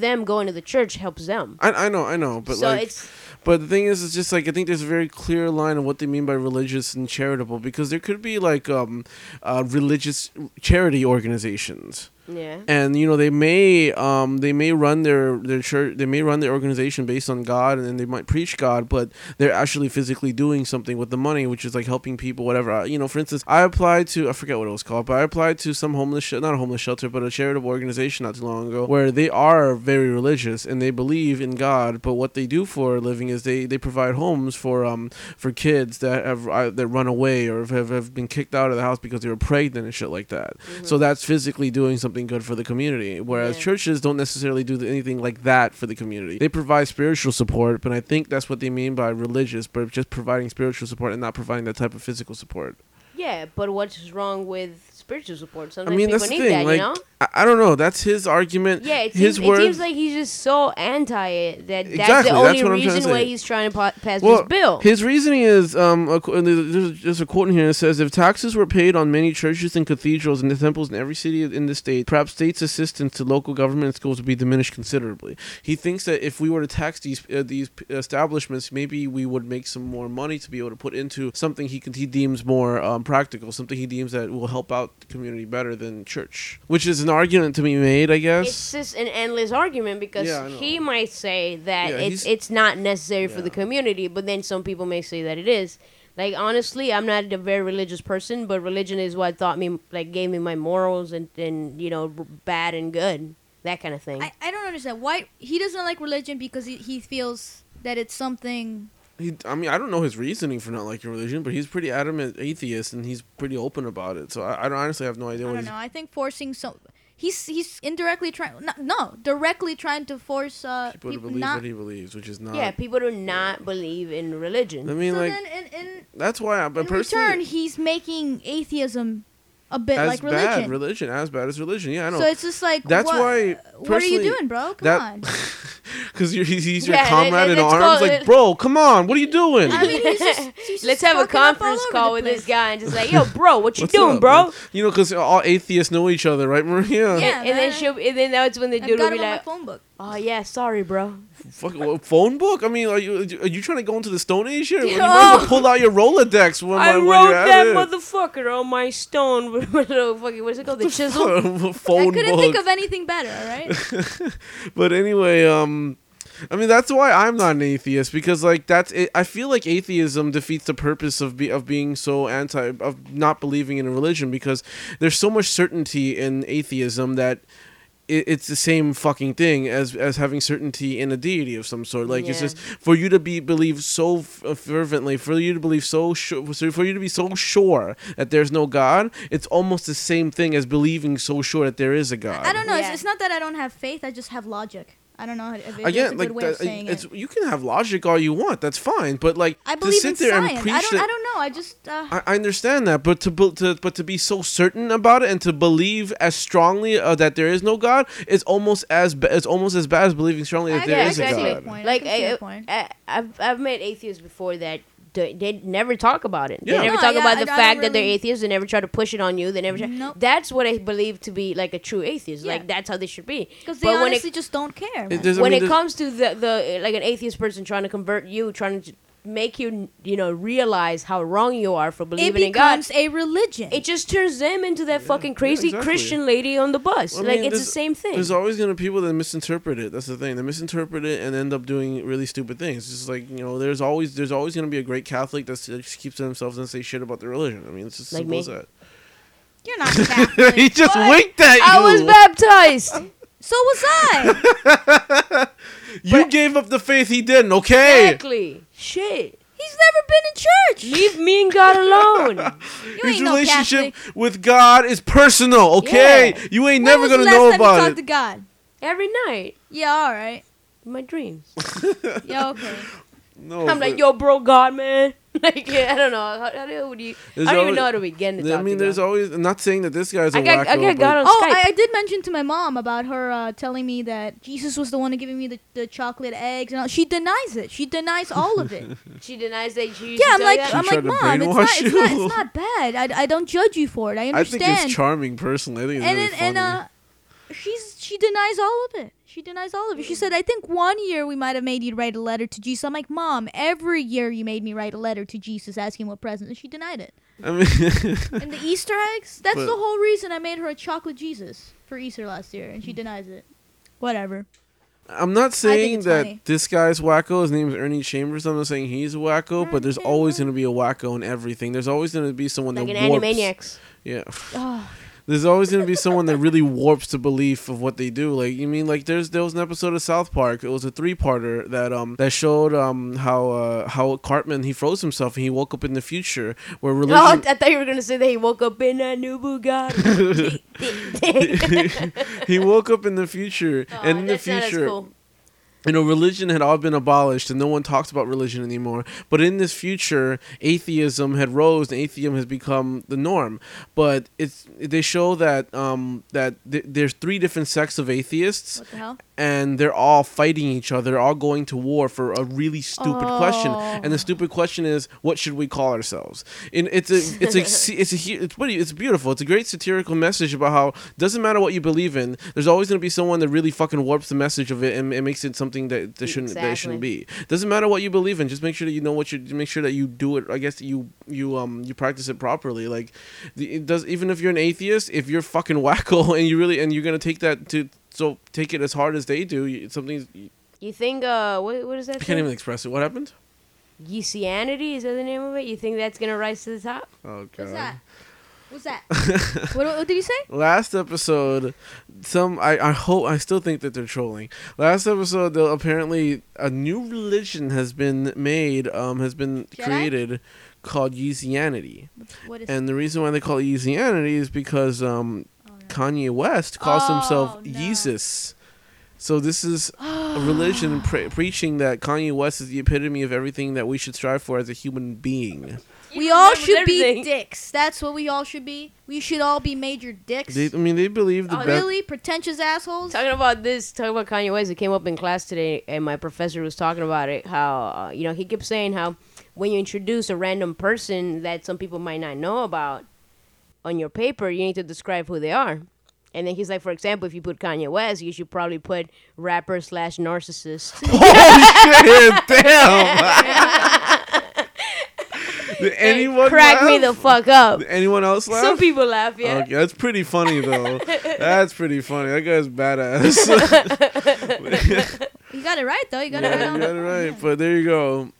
them going to the church helps them
I, I know, I know, but
so
like,
it's
but the thing is, it's just like I think there's a very clear line of what they mean by religious and charitable because there could be like um, uh, religious charity organizations.
Yeah.
and you know they may um they may run their their church they may run their organization based on god and then they might preach god but they're actually physically doing something with the money which is like helping people whatever I, you know for instance i applied to i forget what it was called but i applied to some homeless sh- not a homeless shelter but a charitable organization not too long ago where they are very religious and they believe in god but what they do for a living is they they provide homes for um for kids that have uh, that run away or have, have been kicked out of the house because they were pregnant and shit like that so that's physically doing something good for the community. Whereas
Mm-hmm. Yeah.
churches don't necessarily do anything like that for the community. They provide spiritual support, but I think that's what they mean by religious, but just providing spiritual support and not providing that type of physical support.
Yeah, but what's wrong with spiritual support? Sometimes
I mean,
people
that's the
need
thing.
that,
like,
you know?
I, I don't know. That's his argument.
Yeah, it
his
seems, it
words.
seems like he's just so anti it that that's
Exactly,
the
that's
only
what I'm trying to
reason why
say.
he's trying to pa- pass
well,
this bill.
his reasoning is um. A, qu- there's, there's- there's a quote in here that says, "If taxes were paid on many churches and cathedrals and the temples in every city in the state, perhaps states' assistance to local government and schools would be diminished considerably." He thinks that if we were to tax these uh, these p- establishments, maybe we would make some more money to be able to put into something he could, he deems more um, practical, something he deems that will help out the community better than church, which is an argument to be made, I guess.
it's just an endless argument because
Yeah, I know.
he might say that
Yeah,
it's
he's-
it's not necessary for the
Yeah.
community, but then some people may say that it is. Like honestly, I'm not a very religious person, but religion is what taught me, like, gave me my morals and and you know, b- bad and good, that kind of thing.
I, I don't understand why he doesn't like religion because he, he feels that it's something.
He, I mean, I don't know his reasoning for not liking religion, but he's pretty adamant atheist, and he's pretty open about it. So I, I don't honestly have no idea
I
what
don't
he's.
know. I think forcing some. He's he's indirectly trying. No, no, directly trying to force uh,
People,
people,
to believe
not.
what he believes, which is not.
yeah, people do not believe in religion.
I
(laughs)
mean,
so
like
then, in, in,
that's why I,
in
but
return,
personally,
he's making atheism a bit
as
like
bad
religion.
religion, as bad as religion. Yeah, I know.
so it's just like
That's
what,
why,
What are you
personally,
doing, bro? Come
(laughs)
on.
(laughs)
that because he's, he's your
Yeah, that-
comrade
that-
in
that's
arms.
called-
Like, bro, come on, what are you doing?
I mean, he's just, Jesus
Let's have a
fucking up all
conference
over
call
the
with
place.
this guy and
(laughs)
just like, yo, bro, what you
What's
doing,
up,
bro?
man? You know, because all atheists know each other, right, (laughs) Maria?
Yeah.
and then
man.
she'll, and then that's when the
I've
dude will
got
be
him on my
like,
phone book.
oh yeah, sorry, bro.
Fuck, what, phone book? I mean, are you are you trying to go into the Stone Age here?
Yeah.
You
(laughs)
might as well pull out your Rolodex
Oh,
when,
I
when
wrote
you're at
that
it.
motherfucker on my stone with (laughs) a little fucking what's it called, (laughs) the chisel.
phone
I couldn't
book.
think of anything better. All right.
(laughs) but anyway, um, I mean that's why I'm not an atheist because like that's it. I feel like atheism defeats the purpose of be of being so anti of not believing in a religion because there's so much certainty in atheism that. It, it's the same fucking thing as as having certainty in a deity of some sort. Like it's
Yeah.
just for you to be believe so f- uh, fervently, for you to believe so sure, for you to be so sure that there's no God. It's almost the same thing as believing so sure that there is a God.
I don't know.
Yeah.
It's, it's not that I don't have faith. I just have logic. I don't know. If if it's a
Again,
good
like
way
that,
of saying
it's
it.
you can have logic all you want. That's fine, but like
I believe
to sit
in
there
science.
and
I
preach
don't.
that.
I don't know. I just. Uh,
I, I understand that, but to, bel- to but to be so certain about it and to believe as strongly uh, that there is no God is almost as ba- it's almost as bad as believing strongly that
I
there
guess,
is
I see
a
your
God.
point.
Like uh,
I can see
I,
your point.
I, I've I've met atheists before that d- they never talk about it.
Yeah.
They never
No,
talk
yeah,
about
I-
the
I don't
fact that they're
really-
atheists. They never try to push it on you. They never. Try-
Nope.
That's what I believe to be like a true atheist.
Yeah.
Like that's how they should be.
Because they
But when it-
honestly just don't care. man.
there's- I
when
mean,
it
there's-
comes to the, the like an atheist person trying to convert you, trying to make you you know realize how wrong you are for
it
believing in God,
becomes a religion.
it just turns them into that fucking crazy
exactly.
Christian lady on the bus.
I
like
mean,
it's the
there's-
same thing.
There's always gonna be people that misinterpret it. That's the thing. They misinterpret it and end up doing really stupid things. It's just like you know, there's always there's always gonna be a great Catholic that's, that just keeps to themselves and say shit about their religion. I mean, it's just
Like
simple
me.
as that. (laughs)
You're not Catholic.
he just
What?
winked at you.
I
(laughs)
was baptized.
So was I.
You gave up the faith he didn't, okay?
Exactly. Shit.
He's never been in church.
Leave me and God
(laughs)
alone.
You
His
ain't no
relationship
Catholic.
with God is personal, okay?
Yeah.
You
When
ain't never
was the
gonna
last
know
time you
about
talked to
it.
God.
Every night,
Yeah, all right.
in my dreams. (laughs)
Yeah, okay.
Oh,
No,
I'm like,
Oh, but
yo, bro, God, man. (laughs) Like, yeah, I don't know. How, how do you,
There's
I don't even
always-
know how to begin to
I
talk
mean,
to
there's
God.
always. I'm not saying that this guy's a
I got,
wacko.
I got
but-
God on
Oh,
Skype.
I, I did mention to my mom about her uh, telling me that Jesus was the one giving me the, the chocolate eggs and all. She denies it. She denies all of it.
She denies that she. used
yeah,
to
I'm
tell
like,
you that?
I'm
She
like,
tried to
mom, it's not,
brainwash
it's not,
you.
it's not bad. I, I don't judge you for it. I
I think
understand.
it's charming, personally. I think it's
and
really
it, and
funny.
uh, she's she denies all of it. She denies all of it. She said, "I think one year we might have made you write a letter to Jesus." I'm like, "Mom, every year you made me write a letter to Jesus asking what present." And she denied it.
I mean, (laughs)
And uh, the Easter eggs? That's
But-
the whole reason I made her a chocolate Jesus for Easter last year, and she denies it. Whatever.
I'm not saying
it's
that
funny.
this guy's wacko. His name's Ernie Chambers. I'm not saying he's a wacko, but there's
Mm-hmm.
always going to be a wacko in everything. There's always going to be someone
like
that
an
warps.
Animaniacs.
Yeah.
Oh.
There's always gonna be someone that really warps the belief of what they do. Like you mean like there's there was an episode of South Park. It was a three parter that um that showed um how uh how Cartman he froze himself and he woke up in the future where religion.
Oh, I thought you were gonna say that he woke up in a new
(laughs)
Oh, Bugatti.
he woke up in the future and in the
that's not as
future
Oh, cool.
you know religion had all been abolished and no one talks about religion anymore but in this future atheism had rose and atheism has become the norm but it's they show that um that th- there's three different sects of atheists
What the hell?
and they're all fighting each other all going to war for a really stupid question and the stupid question is what should we call ourselves and it's a it's a se- it's a hu- it's pretty it's beautiful it's a great satirical message about how doesn't matter what you believe in there's always going to be someone that really fucking warps the message of it and, and makes it something that, that shouldn't that it shouldn't be doesn't matter what you believe in just make sure that you know what you make sure that you do it i guess that you you um you practice it properly like the- it does even if you're an atheist if you're fucking (laughs) wacko and you really and you're going to take that to so take it as hard as they do. You- Something's
You think uh, what what is that?
I can't
thing?
even express it. What happened?
Yeesianity, is that the name of it? You think that's gonna rise to the top?
Oh
What's that? What's
(laughs)
that? what, what did you say?
Last episode, some I, I hope I still think that they're trolling. Last episode, though, apparently a new religion has been made, um, has been
Jedi?
created, called Yeezianity.
What is?
And the reason why they call it Yeezianity is because um, Kanye West calls
Oh,
himself
no.
Yeezus. So this
(gasps)
is a religion pre- preaching that Kanye West is the epitome of everything that we should strive for as a human being.
We all
remembers
should
everything.
be dicks. That's what we all should be. We should all be major dicks.
They, I mean, they believe
Oh,
the best. (laughs)
really pretentious assholes.
Talking about this, talking about Kanye West, it came up in class today, and my professor was talking about it. How uh, you know he kept saying how when you introduce a random person that some people might not know about on your paper, you need to describe who they are. And then he's like, for example, if you put Kanye West, you should probably put rapper slash narcissist. (laughs)
Holy
(laughs)
shit! Damn. Did anyone
Crack me the
laugh?
fuck up.
Did anyone else (laughs) laugh?
Some people laugh, yeah.
Okay, that's pretty
(laughs)
funny though. that's pretty funny. That guy's badass. (laughs)
You got it right though. You got it right
yeah,
on
you
the
got it right. But there you go.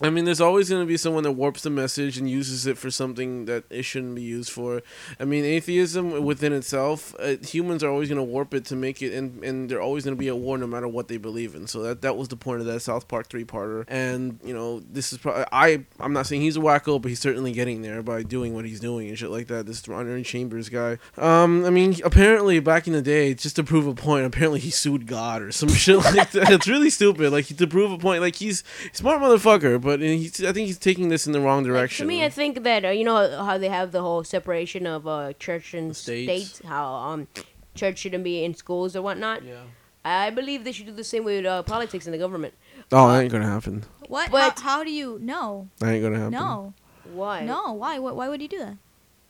I mean, there's always going to be someone that warps the message and uses it for something that it shouldn't be used for. I mean, atheism within itself, uh, humans are always going to warp it to make it, and, and they're always going to be at war no matter what they believe in. So that that was the point of that South Park three parter. And you know, this is probably I I'm not saying he's a wacko, but he's certainly getting there by doing what he's doing and shit like that. This Ron Chambers guy. Um, I mean, apparently back in the day, just to prove a point, apparently he sued God or some (laughs) shit like that. It's really stupid. Like to prove a point, like he's smart motherfucker, but he's, I think he's taking this in the wrong direction.
To me, I think that uh, you know how they have the whole separation of uh, church and
States.
state. How um, church shouldn't be in schools or whatnot.
yeah.
I believe they should do the same with uh, politics and the government.
Oh, that ain't gonna happen.
What?
But-
how, how do you? No,
That ain't gonna happen.
no,
Why?
no. Why? Why? Why would you do that?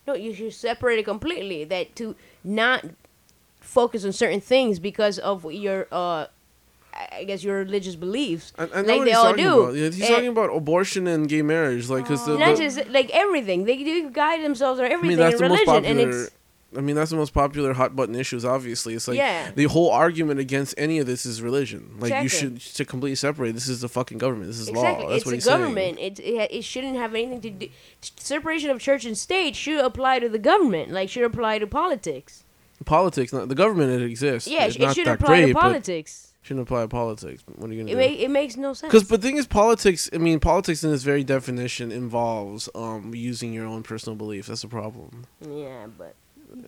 no. You should separate it completely. That to not focus on certain things because of your uh, I I guess your religious beliefs.
I, I know
Like
what
they
he's
all
talking
do.
about. Yeah, he's
Eh,
talking about abortion and gay marriage, like because the,
Not
the-
just like everything. They do guide themselves on
I mean
everything
that's the
in
most
religion, and
popular.
it's
I mean that's the most popular hot button issues. Obviously, it's like
Yeah.
the whole argument against any of this is religion. Like you
Exactly.
should to completely separate. This is the fucking government. This is
Exactly,
law. That's
it's
what
a
he's
government. It, it it shouldn't have anything to do. Separation of church and state should apply to the government, like should apply to politics.
saying. Politics, not the government. It exists.
Yeah,
it's
it,
not
should
that
apply
great,
to
but
politics.
Shouldn't apply to politics. What are you gonna
It,
do?
ma- it makes no sense.
Because, but the thing is, politics. I mean, politics in its very definition involves um, using your own personal beliefs. That's the problem.
yeah, but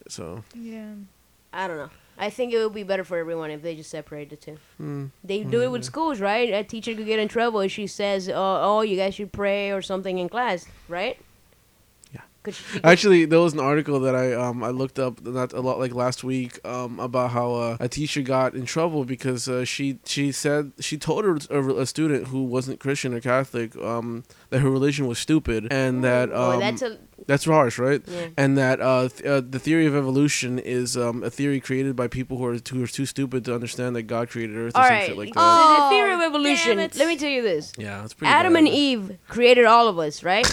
So
Yeah.
I don't know. I think it would be better for everyone if they just separate the two.
hmm.
They do it
Mm-hmm.
with schools, right? A teacher could get in trouble if she says, "Oh, oh you guys should pray or something in class," right?
Yeah.
Could she,
Actually, there was an article that I um I looked up not a lot like last week um about how uh, a teacher got in trouble because uh, she she said she told her a, a student who wasn't Christian or Catholic um that her religion was stupid and that
oh,
um
that's a
that's harsh, right?
Yeah.
And that uh, th- uh, the theory of evolution is um, a theory created by people who are who are too stupid to understand that God created Earth or
all
some
right.
shit like that.
Oh,
that.
the theory of
Oh, damn
evolution.
it.
Let me tell you this.
yeah, it's pretty.
Adam
bad.
and Eve created all of us,
(laughs)
right?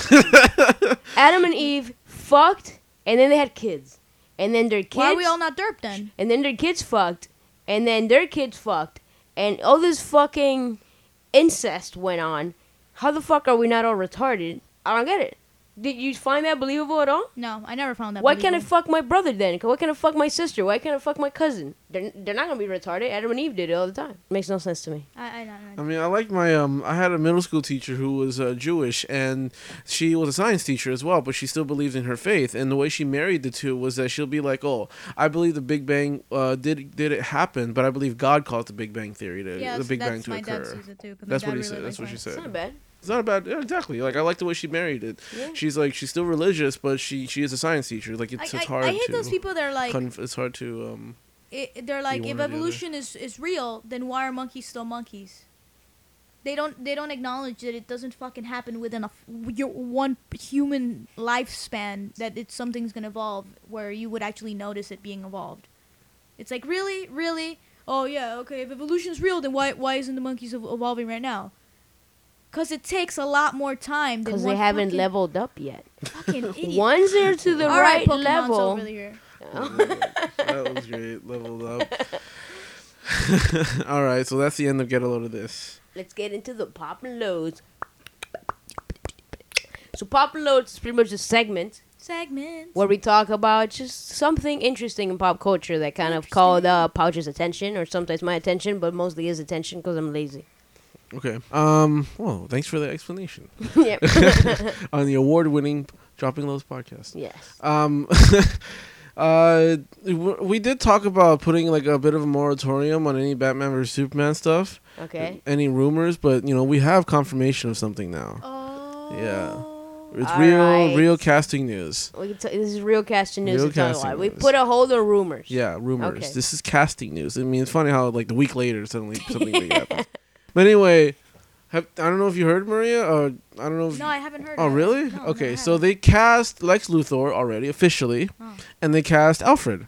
Adam and Eve fucked, and then they had kids, and then their kids,
Why are we all not derp then?
and then their kids fucked, and then their kids fucked, and all this fucking incest went on. How the fuck are we not all retarded? I don't get it. Did you find that believable at all?
No, I never found that.
Why can't I
believable.
fuck my brother then? Why can't I fuck my sister? Why can't I fuck my cousin? They're, they're not gonna be retarded. Adam and Eve did it all the time. Makes no sense to me.
I, I, don't
I
know.
mean, I like my um. I had a middle school teacher who was uh, Jewish, and she was a science teacher as well. But she still believed in her faith, and the way she married the two was that she'll be like, "Oh, I believe the Big Bang uh, did did it happen, but I believe God caused the Big Bang theory to
Yeah,
the
so
Big Bang
that's
to
my dad
occur."
sees it too, 'cause my
That's what
dad
he
really
said. That's
likes
what she
science.
said.
It's not bad.
It's not a bad. Yeah, exactly. Like I like the way she married it.
Yeah.
She's like she's still religious, but she she is a science teacher. Like it's,
I,
it's
I,
hard.
I hate
to
those people that are like,
conf- it's hard to
(laughs)
um.
it, they're like,
one
if
or the other.
evolution is, is real, then why are monkeys still monkeys? They don't they don't acknowledge that it doesn't fucking happen within a f- your one human lifespan that it's something's gonna evolve where you would actually notice it being evolved. It's like really, really. Oh yeah, okay. If evolution's real, then why why isn't the monkeys ev- evolving right now? Cause it takes a lot more time. than
Because they
one
haven't
fucking-
leveled up yet. (laughs)
Fucking idiot.
Once they're to the
(laughs) All
right,
Pokemon's
level,
over here.
That was great. Leveled up. (laughs) All right, so that's the end of get a load of this.
let's get into the pop and loads. So pop and loads is pretty much a segment
Segments.
where we talk about just something interesting in pop culture that kind of called uh, Pouch's attention or sometimes my attention, but mostly his attention because
(laughs)
I'm lazy.
Okay. Um. Whoa. Thanks for the
(laughs)
explanation (laughs)
yeah.
Uh, on the award-winning Dropping Lows podcast.
Yes.
Um. (laughs) Uh, w- we did talk about putting like a bit of a moratorium on any Batman vs Superman stuff,
Okay.
any rumors, but you know we have confirmation of something now.
Oh.
It's
All
real,
right.
real casting news.
We can t- this is real casting news.
Real
we're talking
casting
about. We
news.
put a hold on rumors.
Yeah, rumors.
Okay.
This is casting news. I mean, it's funny how like the week later suddenly something
(laughs)
big happens. But anyway, have, I don't know if you heard Maria, or I don't know if
No, I haven't heard.
Oh,
of it.
really?
No, no,
okay,
I
so
haven't.
they cast Lex Luthor already officially,
Oh.
and they
(gasps)
cast Alfred.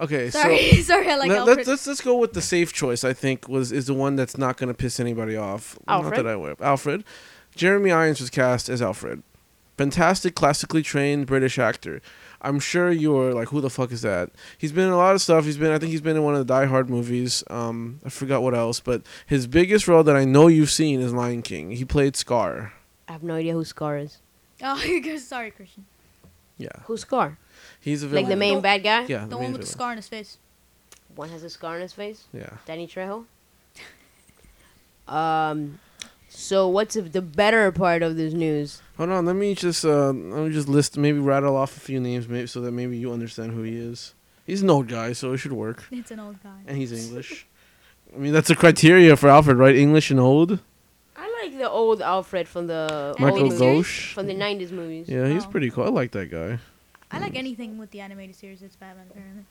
Okay,
Sorry, (laughs) sorry, I
so
like
let,
Alfred.
us let's let's go with the safe choice. I think was is the one that's not going to piss anybody off. Not
Alfred?
that I would. Alfred, Jeremy Irons was cast as Alfred, fantastic, classically trained British actor. I'm sure you were like, who the fuck is that? He's been in a lot of stuff. He's been, I think he's been in one of the Die Hard movies. Um, I forgot what else, but his biggest role that I know you've seen is Lion King. He played Scar.
I have no idea who Scar is.
Oh, (laughs) you're good. sorry, Christian.
Yeah.
Who's Scar?
He's a
Like
villain.
the main
Don't-
bad guy?
Yeah,
The one with the scar on his face. (laughs)
One has a scar on his face.
Yeah.
Danny Trejo. (laughs) Um, so what's the better part of this news?
Hold on, let me just uh, let me just list maybe rattle off a few names maybe so that maybe you understand who he is. He's an old guy, so it should work,
It's an old guy.
and he's English. I mean, that's a criteria for Alfred, right? English and old.
I like the old Alfred from the
Michael
old movies,
Gauche.
from the '90s movies.
Yeah, he's
Oh.
pretty cool. I like that guy.
I like anything with the animated series. It's Batman, apparently.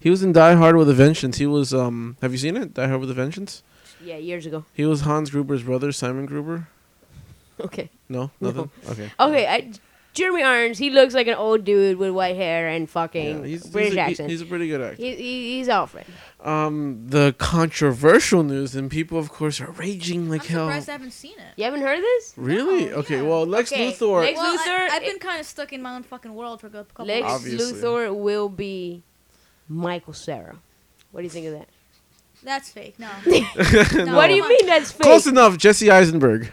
He was in Die Hard with a Vengeance. He was um. Have you seen it? Die Hard with a Vengeance.
Yeah, years ago. (laughs)
He was Hans Gruber's brother, Simon Gruber.
Okay.
No,
No.
nothing. Okay.
Okay. I, Jeremy Irons. He looks like an old dude with white hair and fucking
Yeah, he's, he's
British
a, he-
accent.
he's a pretty good actor.
He, he, he's Alfred.
Um, the controversial news, and people, of course, are raging like
I'm
hell.
surprised I haven't seen it.
You haven't heard of this?
Really?
No,
okay.
yeah.
Well, Lex
Okay,
Luthor.
Lex-
Well,
Luthor-
I, I've been kind of stuck in my own fucking world for a couple.
Lex
months.
Obviously.
Luthor will be Michael Sarah. What do you think of that?
That's fake.
(laughs)
No.
Mm,
No,
what do you
come on.
mean that's fake?
Close enough. Jesse Eisenberg.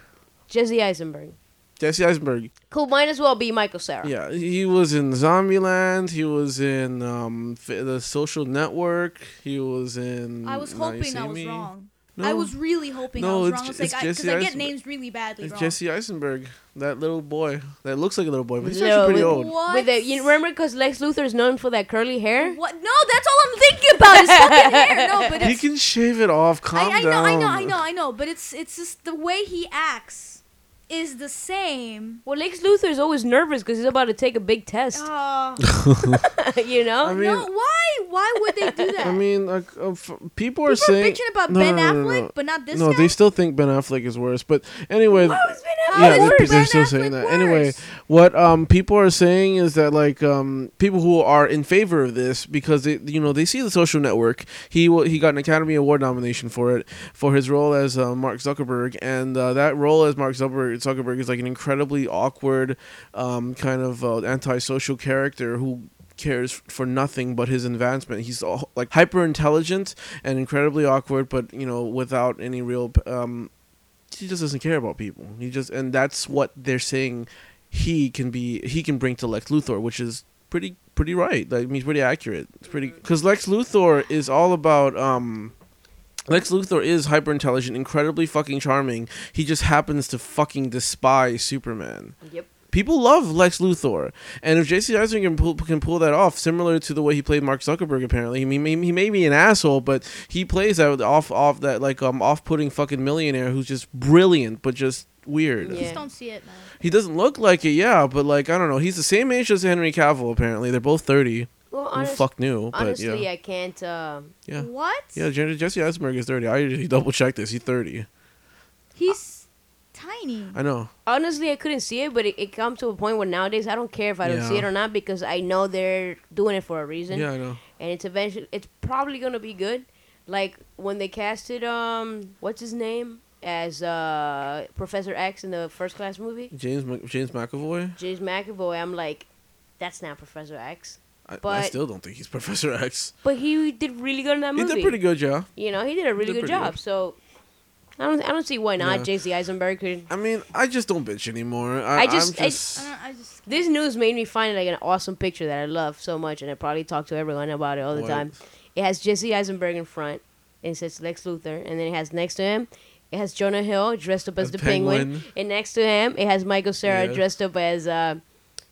Jesse Eisenberg.
Jesse Eisenberg.
Cool. Might as well be Michael Sarah.
Yeah, he was in Zombieland. He was in um, F- the Social Network. He was in.
I was
Now You
hoping
See
I was
Me.
wrong.
No,
I was really hoping
No,
I was
it's
wrong. I
J-
was like,
it's
because
Jesse
I, get
Eisenberg.
names really badly
it's
wrong.
Jesse Eisenberg, that little boy that looks like a little boy, but he's
No,
actually pretty
with-
old.
What?
With the, you remember because Lex Luthor is known for that curly hair.
What? No, that's all I'm thinking about is
(laughs)
fucking hair. No, but
He
it's,
can shave it off. Calm
I, I know,
down.
I know, I know, I know. But it's it's just the way he acts is the same.
Well, Lex Luthor is always nervous because he's about to take a big test.
Uh,
(laughs) you know.
I mean-
no, why? Why would they do that?
I mean, like, uh, f- people
People
are
are
saying
bitching about
No,
Ben
no, no, no,
Affleck,
no.
but not this
no,
guy.
they still think Ben Affleck is worse. But anyway,
How
yeah,
is
they're,
Ben
they're still
Affleck
saying that.
worse?
Anyway, what um people are saying is that like um people who are in favor of this because they you know they see the Social Network. He wa- he got an Academy Award nomination for it for his role as uh, Mark Zuckerberg, and uh, that role as Mark Zuckerberg, Zuckerberg is like an incredibly awkward, um kind of uh, antisocial character who cares for nothing but his advancement. He's all, like hyper intelligent and incredibly awkward, but you know without any real um he just doesn't care about people. He just and that's what they're saying he can be he can bring to Lex Luthor, which is pretty pretty right. Like I mean, he's pretty accurate. It's pretty because Lex Luthor is all about um. Lex Luthor is hyper intelligent, incredibly fucking charming. He just happens to fucking despise Superman.
Yep.
People love Lex Luthor, and if J.C. Eisenberg can pull, can pull that off, similar to the way he played Mark Zuckerberg, apparently he may, he may be an asshole, but he plays that off off that like um off putting fucking millionaire who's just brilliant but just weird.
Yeah.
Just don't see it, man.
He doesn't look like it, yeah, but like I don't know, he's the same age as Henry Cavill. Apparently, they're both thirty.
Well,
Who
honest-
fuck knew? But
honestly,
yeah,
I can't. Um,
yeah,
What?
yeah. J- Jesse Eisenberg is thirty. I usually double check this. He's thirty.
He's tiny.
I know.
honestly, I couldn't see it, but it, it comes to a point where nowadays I don't care if I don't see
Yeah.
it or not because I know they're doing it for a reason.
Yeah, I know.
and it's eventually it's probably gonna be good. Like when they casted um what's his name as uh Professor X in the first class movie,
James Mc- James McAvoy.
James McAvoy. I'm like, that's not Professor X,
I, I
But-
still don't think he's (laughs) Professor X.
but he did really good in that
He
movie.
did pretty good, yeah.
You know, he did a really
did
good
pretty
job.
good.
So I don't I don't see why not
Yeah.
J.C. Eisenberg could.
I mean, I just don't bitch anymore. I,
I
I just,
just- I-
I'm
I uh,
just
don't. I just.
This news made me find like an awesome picture that I love so much, and I probably talk to everyone about it all the
What?
time. It has Jesse Eisenberg in front, and it says Lex Luthor, and then it has next to him, it has Jonah Hill dressed up as,
As
the penguin.
Penguin.
and next to him it has Michael Sarah
Yeah.
dressed up as uh,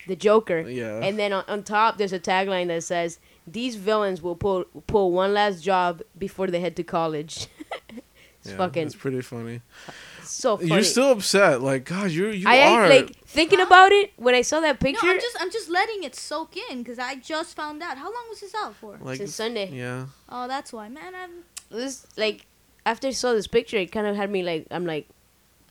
the Joker.
Yeah.
And then on, on top, there's a tagline that says, "These villains will pull pull one last job before they head to college." (laughs) it's
Yeah,
fucking
It's pretty funny.
so funny.
You're still upset, like God. You you
I
are.
like thinking about it when I saw that picture
No, I'm just I'm just letting it soak in because I just found out. How long was this out for?
like
since Sunday.
yeah.
Oh, that's why, man. I'm
This like after I saw this picture, it kind of had me like I'm like.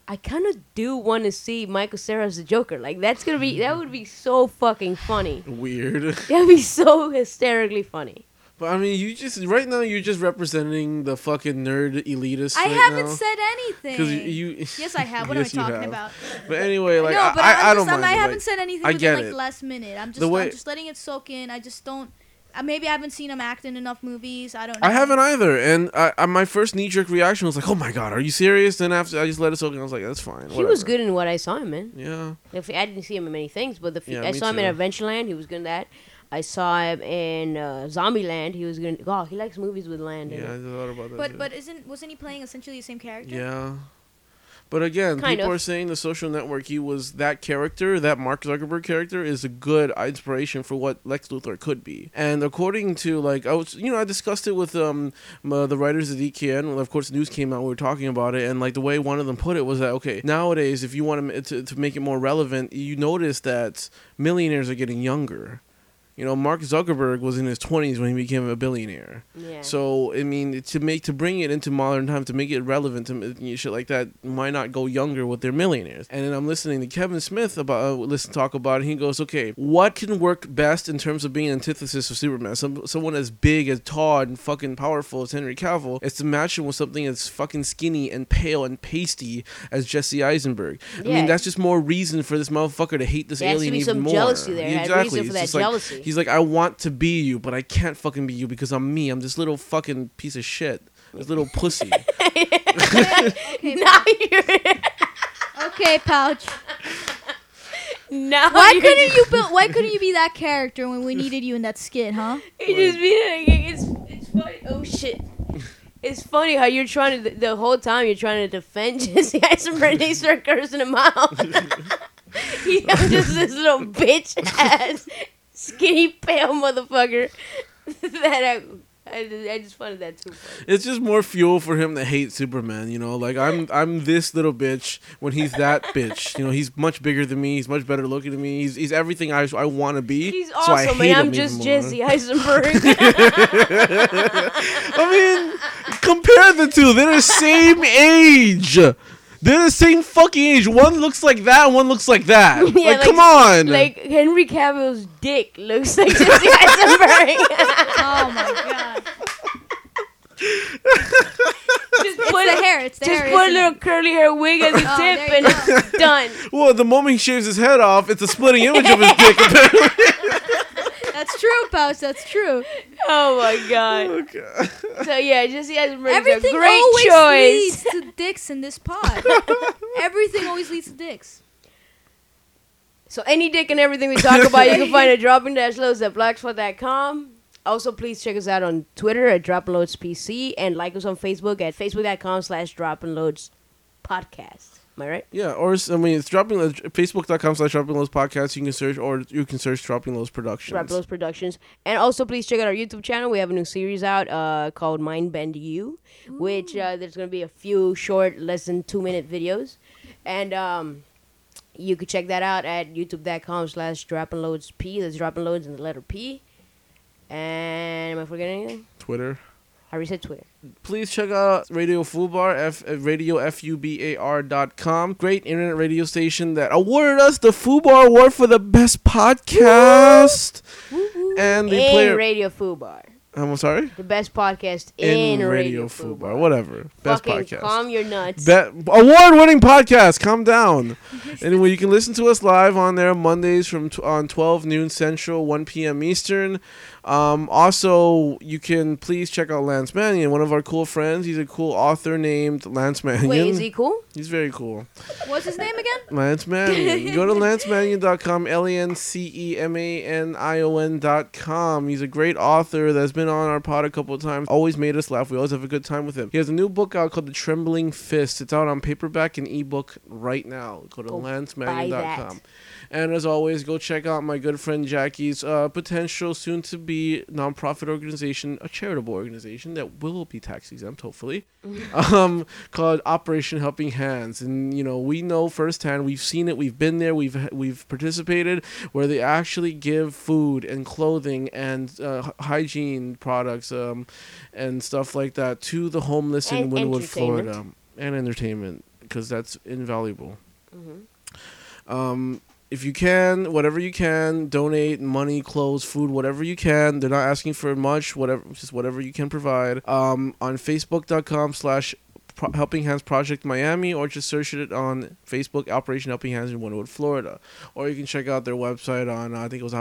I kind of do want to see Michael Cera as the Joker. Like that's gonna be that would be so fucking funny.
Weird.
That'd be so hysterically funny.
(laughs) But I mean, you just right now you're just representing the fucking nerd elitist.
I
right
haven't
now.
said
'Cause
anything.
you.
yes, I
(laughs)
have. What
Yes,
am
you
I talking
have.
about?
But anyway, like
no, but
I,
I'm
I, I
just,
don't
I'm-
mind.
I haven't
like,
said anything
I
within
get
like
it.
last minute. I'm just
The way-
I'm just letting it soak in. I just don't. Uh, maybe I haven't seen him act in enough movies. I don't. Know.
I haven't either, and I, I, my first knee jerk reaction was like, "Oh my god, are you serious?" Then after I just let it soak, and I was like, "That's fine."
He was
whatever."
good in what I saw him in.
Yeah,
If I didn't see him in many things, but the few,
Yeah,
I
me
saw him in
too.
Adventureland, he was good in that. I saw him in uh, Zombieland, he was good. In, oh, he likes movies with land. in
yeah, I
it.
thought about that.
But
too.
but isn't wasn't he playing essentially the same character?
yeah, but again,
Kind
people
of.
are saying the social network. He was that character, that Mark Zuckerberg character, is a good inspiration for what Lex Luthor could be. And according to like I was, you know, I discussed it with um m- uh, the writers at EKN. Well, of course, the news came out. We were talking about it, and like the way one of them put it was that okay, nowadays, if you want to to, to make it more relevant, you notice that millionaires are getting younger. You know, Mark Zuckerberg was in his 20s when he became a billionaire.
Yeah.
So I mean, to make to bring it into modern time, to make it relevant to you know, shit like that, why not go younger with their millionaires? And then I'm listening to Kevin Smith about uh, listen talk about it. He goes, okay, what can work best in terms of being an antithesis of Superman? Some someone as big as Todd and fucking powerful as Henry Cavill is to match him with something as fucking skinny and pale and pasty as Jesse Eisenberg. I
Yeah.
mean, that's just more reason for this motherfucker to hate this
There has to
alien
be
even
some
more.
jealousy there. Had reason
Exactly.
for
It's
that
just like-
jealousy.
he's like, I want to be you, but I can't fucking be you because I'm me. I'm this little fucking piece of shit. This little
(laughs)
pussy.
Okay.
now you're
Okay, (laughs) pouch.
now
Why
you're
couldn't you build? Why couldn't you be that character when we needed you in that skit, huh?
It just be it's it's funny.
(laughs)
Oh shit. It's funny how you're trying to the whole time you're trying to defend (laughs) Jesse Eisenberg. and They start cursing
(laughs)
him out. He- I'm just this little bitch ass skinny pale motherfucker. (laughs) that I, I just, I just found that too funny.
it's just more fuel for him to hate Superman, you know? Like I'm I'm this little bitch when he's that bitch. You know, he's much bigger than me, he's much better looking than me. He's he's everything I I want to be.
He's
so I
awesome,
hate
and I'm
him even
just
more.
Jesse
(laughs)
(laughs) Eisenberg.
I mean, compare the two. They're the same
(laughs)
age. They're the same fucking age. One looks like that, one looks like
(laughs)
that. like,
like-
come on.
like Henry Cavill's dick looks like (laughs) Jesse
(laughs)
Eisenberg.
(laughs) Oh my god.
just
It's
put
the hair. It's the
Just
hair.
put a
isn't
little curly hair wig as a
Oh,
tip
there
and
you
it's done.
Well, the moment he shaves his head off, it's a splitting image of his dick.
(laughs)
apparently.
it? That's true, pouch. That's true. (laughs)
Oh my god.
Okay.
So yeah, Jesse Eisenberg is a
Everything
great
always
choice.
leads to dicks in this (laughs) pod. Everything always leads to dicks.
So any dick and everything we talk about,
(laughs)
you can find at dropping dash loads at blogspot.com. Also, please check us out on Twitter at Drop and Loads PC and like us on Facebook at facebook.com slash Drop and Loads Podcast. Am I right?
(laughs) yeah, or s- I mean, it's dropping lows- facebook.com slash dropping lows podcast. You can search, or you can search dropping lows productions.
Drop and Loads Productions. And also, please check out our YouTube channel. We have a new series out uh, called Mind Bend You, which uh, there's going to be a few short, less than two minute videos. And um, you can check that out at youtube.com slash drop and loads P. That's drop and loads in the letter P. And am I forgetting anything?
Twitter.
I already said Twitter.
Please check out Radio Fubar, F, uh, radio F-U-B-A-R dot com. Great internet radio station that awarded us the Fubar Award for the best podcast. And they
in
play.
Radio Fubar.
I'm sorry?
The best podcast in, Radio, Fubar.
Whatever. Best
Fucking
podcast.
calm your nuts.
Be- award-winning podcast. Calm down. (laughs) anyway, you can listen to us live on there Mondays from tw- on 12 noon Central, 1 p.m. Eastern. Um, also, you can please check out Lance Mannion, one of our cool friends. He's a cool author named Lance Mannion.
Wait, is he cool?
He's very cool.
What's his name again?
Lance Mannion. Go to E
(laughs)
lancemannion.com, L-A-N-C-E-M-A-N-I-O-N dot com. He's a great author that's been been on our pod a couple of times. Always made us laugh. We always have a good time with him. He has a new book out called The Trembling Fist. It's out on paperback and ebook right now. Go to
Go buy
lancemagnon.com.
that.
And as always, go check out my good friend Jackie's uh, potential soon to be nonprofit organization, a charitable organization that will be tax exempt, hopefully, (laughs) um, called Operation Helping Hands. And, you know, we know firsthand, we've seen it, we've been there, we've, we've participated, where they actually give food and clothing and uh, hy- hygiene products um, and stuff like that to the homeless in
And
Wynwood,
entertainment.
Florida, and entertainment, because that's invaluable.
hmm
Um, if you can, whatever you can, donate money, clothes, food, whatever you can. They're not asking for much, whatever, just whatever you can provide. Um, on Facebook.com slash Pro- Helping Hands Project Miami, or just search it on Facebook, Operation Helping Hands in Wynwood, Florida. Or you can check out their website on, uh, I think it was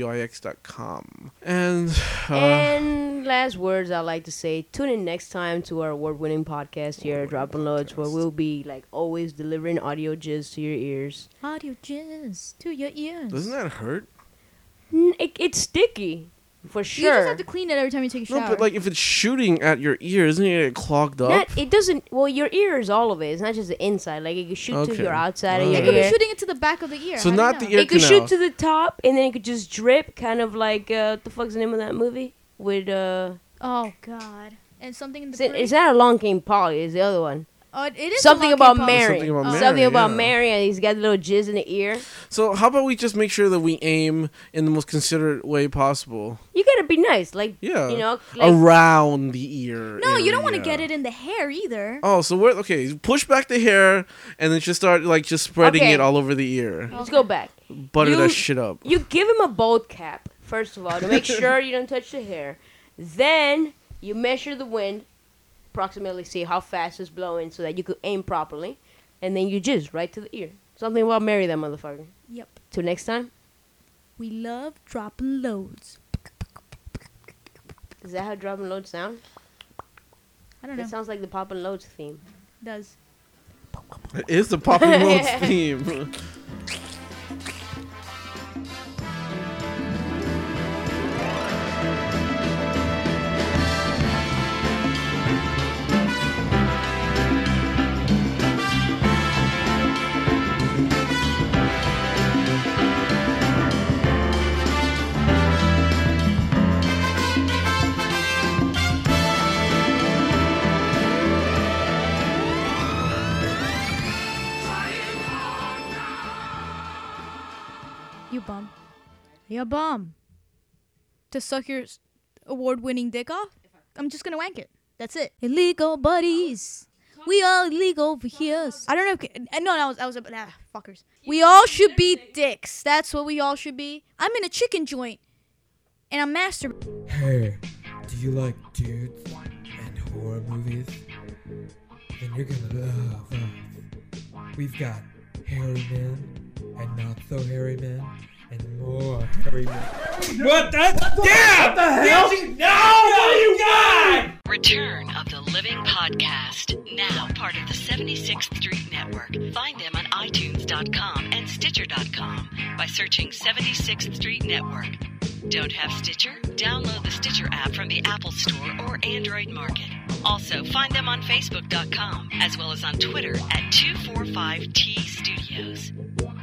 operationhelpinghand.wix.wix.com. And, uh,
and last words I'd like to say tune in next time to our award winning podcast here at Drop and Loads, where we'll be like always delivering audio jizz to your ears.
Audio jizz to your ears.
doesn't that hurt?
N- It, it's sticky, for
You just
sure.
have to clean it every time you take a shower.
No, but like if it's shooting at your ear, isn't it gonna get clogged up?
Not, it doesn't, well, your ear is all of it. It's not just the inside. Like, it could shoot
Okay.
to your outside of
Alright.
your
it could be
ear.
shooting it to the back of the ear. How do
So
you
not
know?
the ear-
it could
canal.
shoot to the top, and then it could just drip, kind of like, uh, what the fuck's the name of that movie? With, uh,
Oh God. And something in the.
it's, it's
brain?
not Along Came Polly, it's the other one.
Oh, it is
something
a
about
monkey
Mary.
Something about
Oh.
Mary.
Something about
yeah.
Mary, and he's got a little jizz in the ear.
So how about we just make sure that we aim in the most considerate way possible?
You gotta be nice, like
Yeah.
you know, like
Around the ear.
pump. No, you don't want to
area.
get it in the hair either.
Oh, so we're okay. Push back the hair, and then just start like just spreading
Okay.
it all over the ear.
let's go back.
Butter
You-
that shit up.
You give him a bold cap first of all to make sure you don't touch the hair. Then you measure the wind, approximately see how fast it's blowing, so that you could aim properly, and then you jizz right to the ear. Something about Mary, that motherfucker.
Yep.
Till next time.
We love dropping loads.
Is that how drop and load sound?
I don't know.
That sounds like the pop and loads theme.
does.
It is the popping
(laughs)
loads theme.
You bum. You bum. To suck your s- award-winning dick off? I'm just gonna wank it. That's it. Illegal buddies. We all illegal over here. I don't know. If, uh, no, I was, I was, ah, fuckers. We all should be dicks. That's what we all should be. I'm in a chicken joint, and I'm master.
Hey, do you like dudes and horror movies? Then you're gonna love us. We've got hairy men and not so hairy men and more hairy men. What the? Damn! What the hell?
Return of the Living Podcast, now part of the 76th Street Network. Find them on iTunes.com and Stitcher.com by searching 76th Street Network. Don't have Stitcher? Download the Stitcher app from the Apple Store or Android Market. Also, find them on Facebook.com as well as on Twitter at 245T Studios.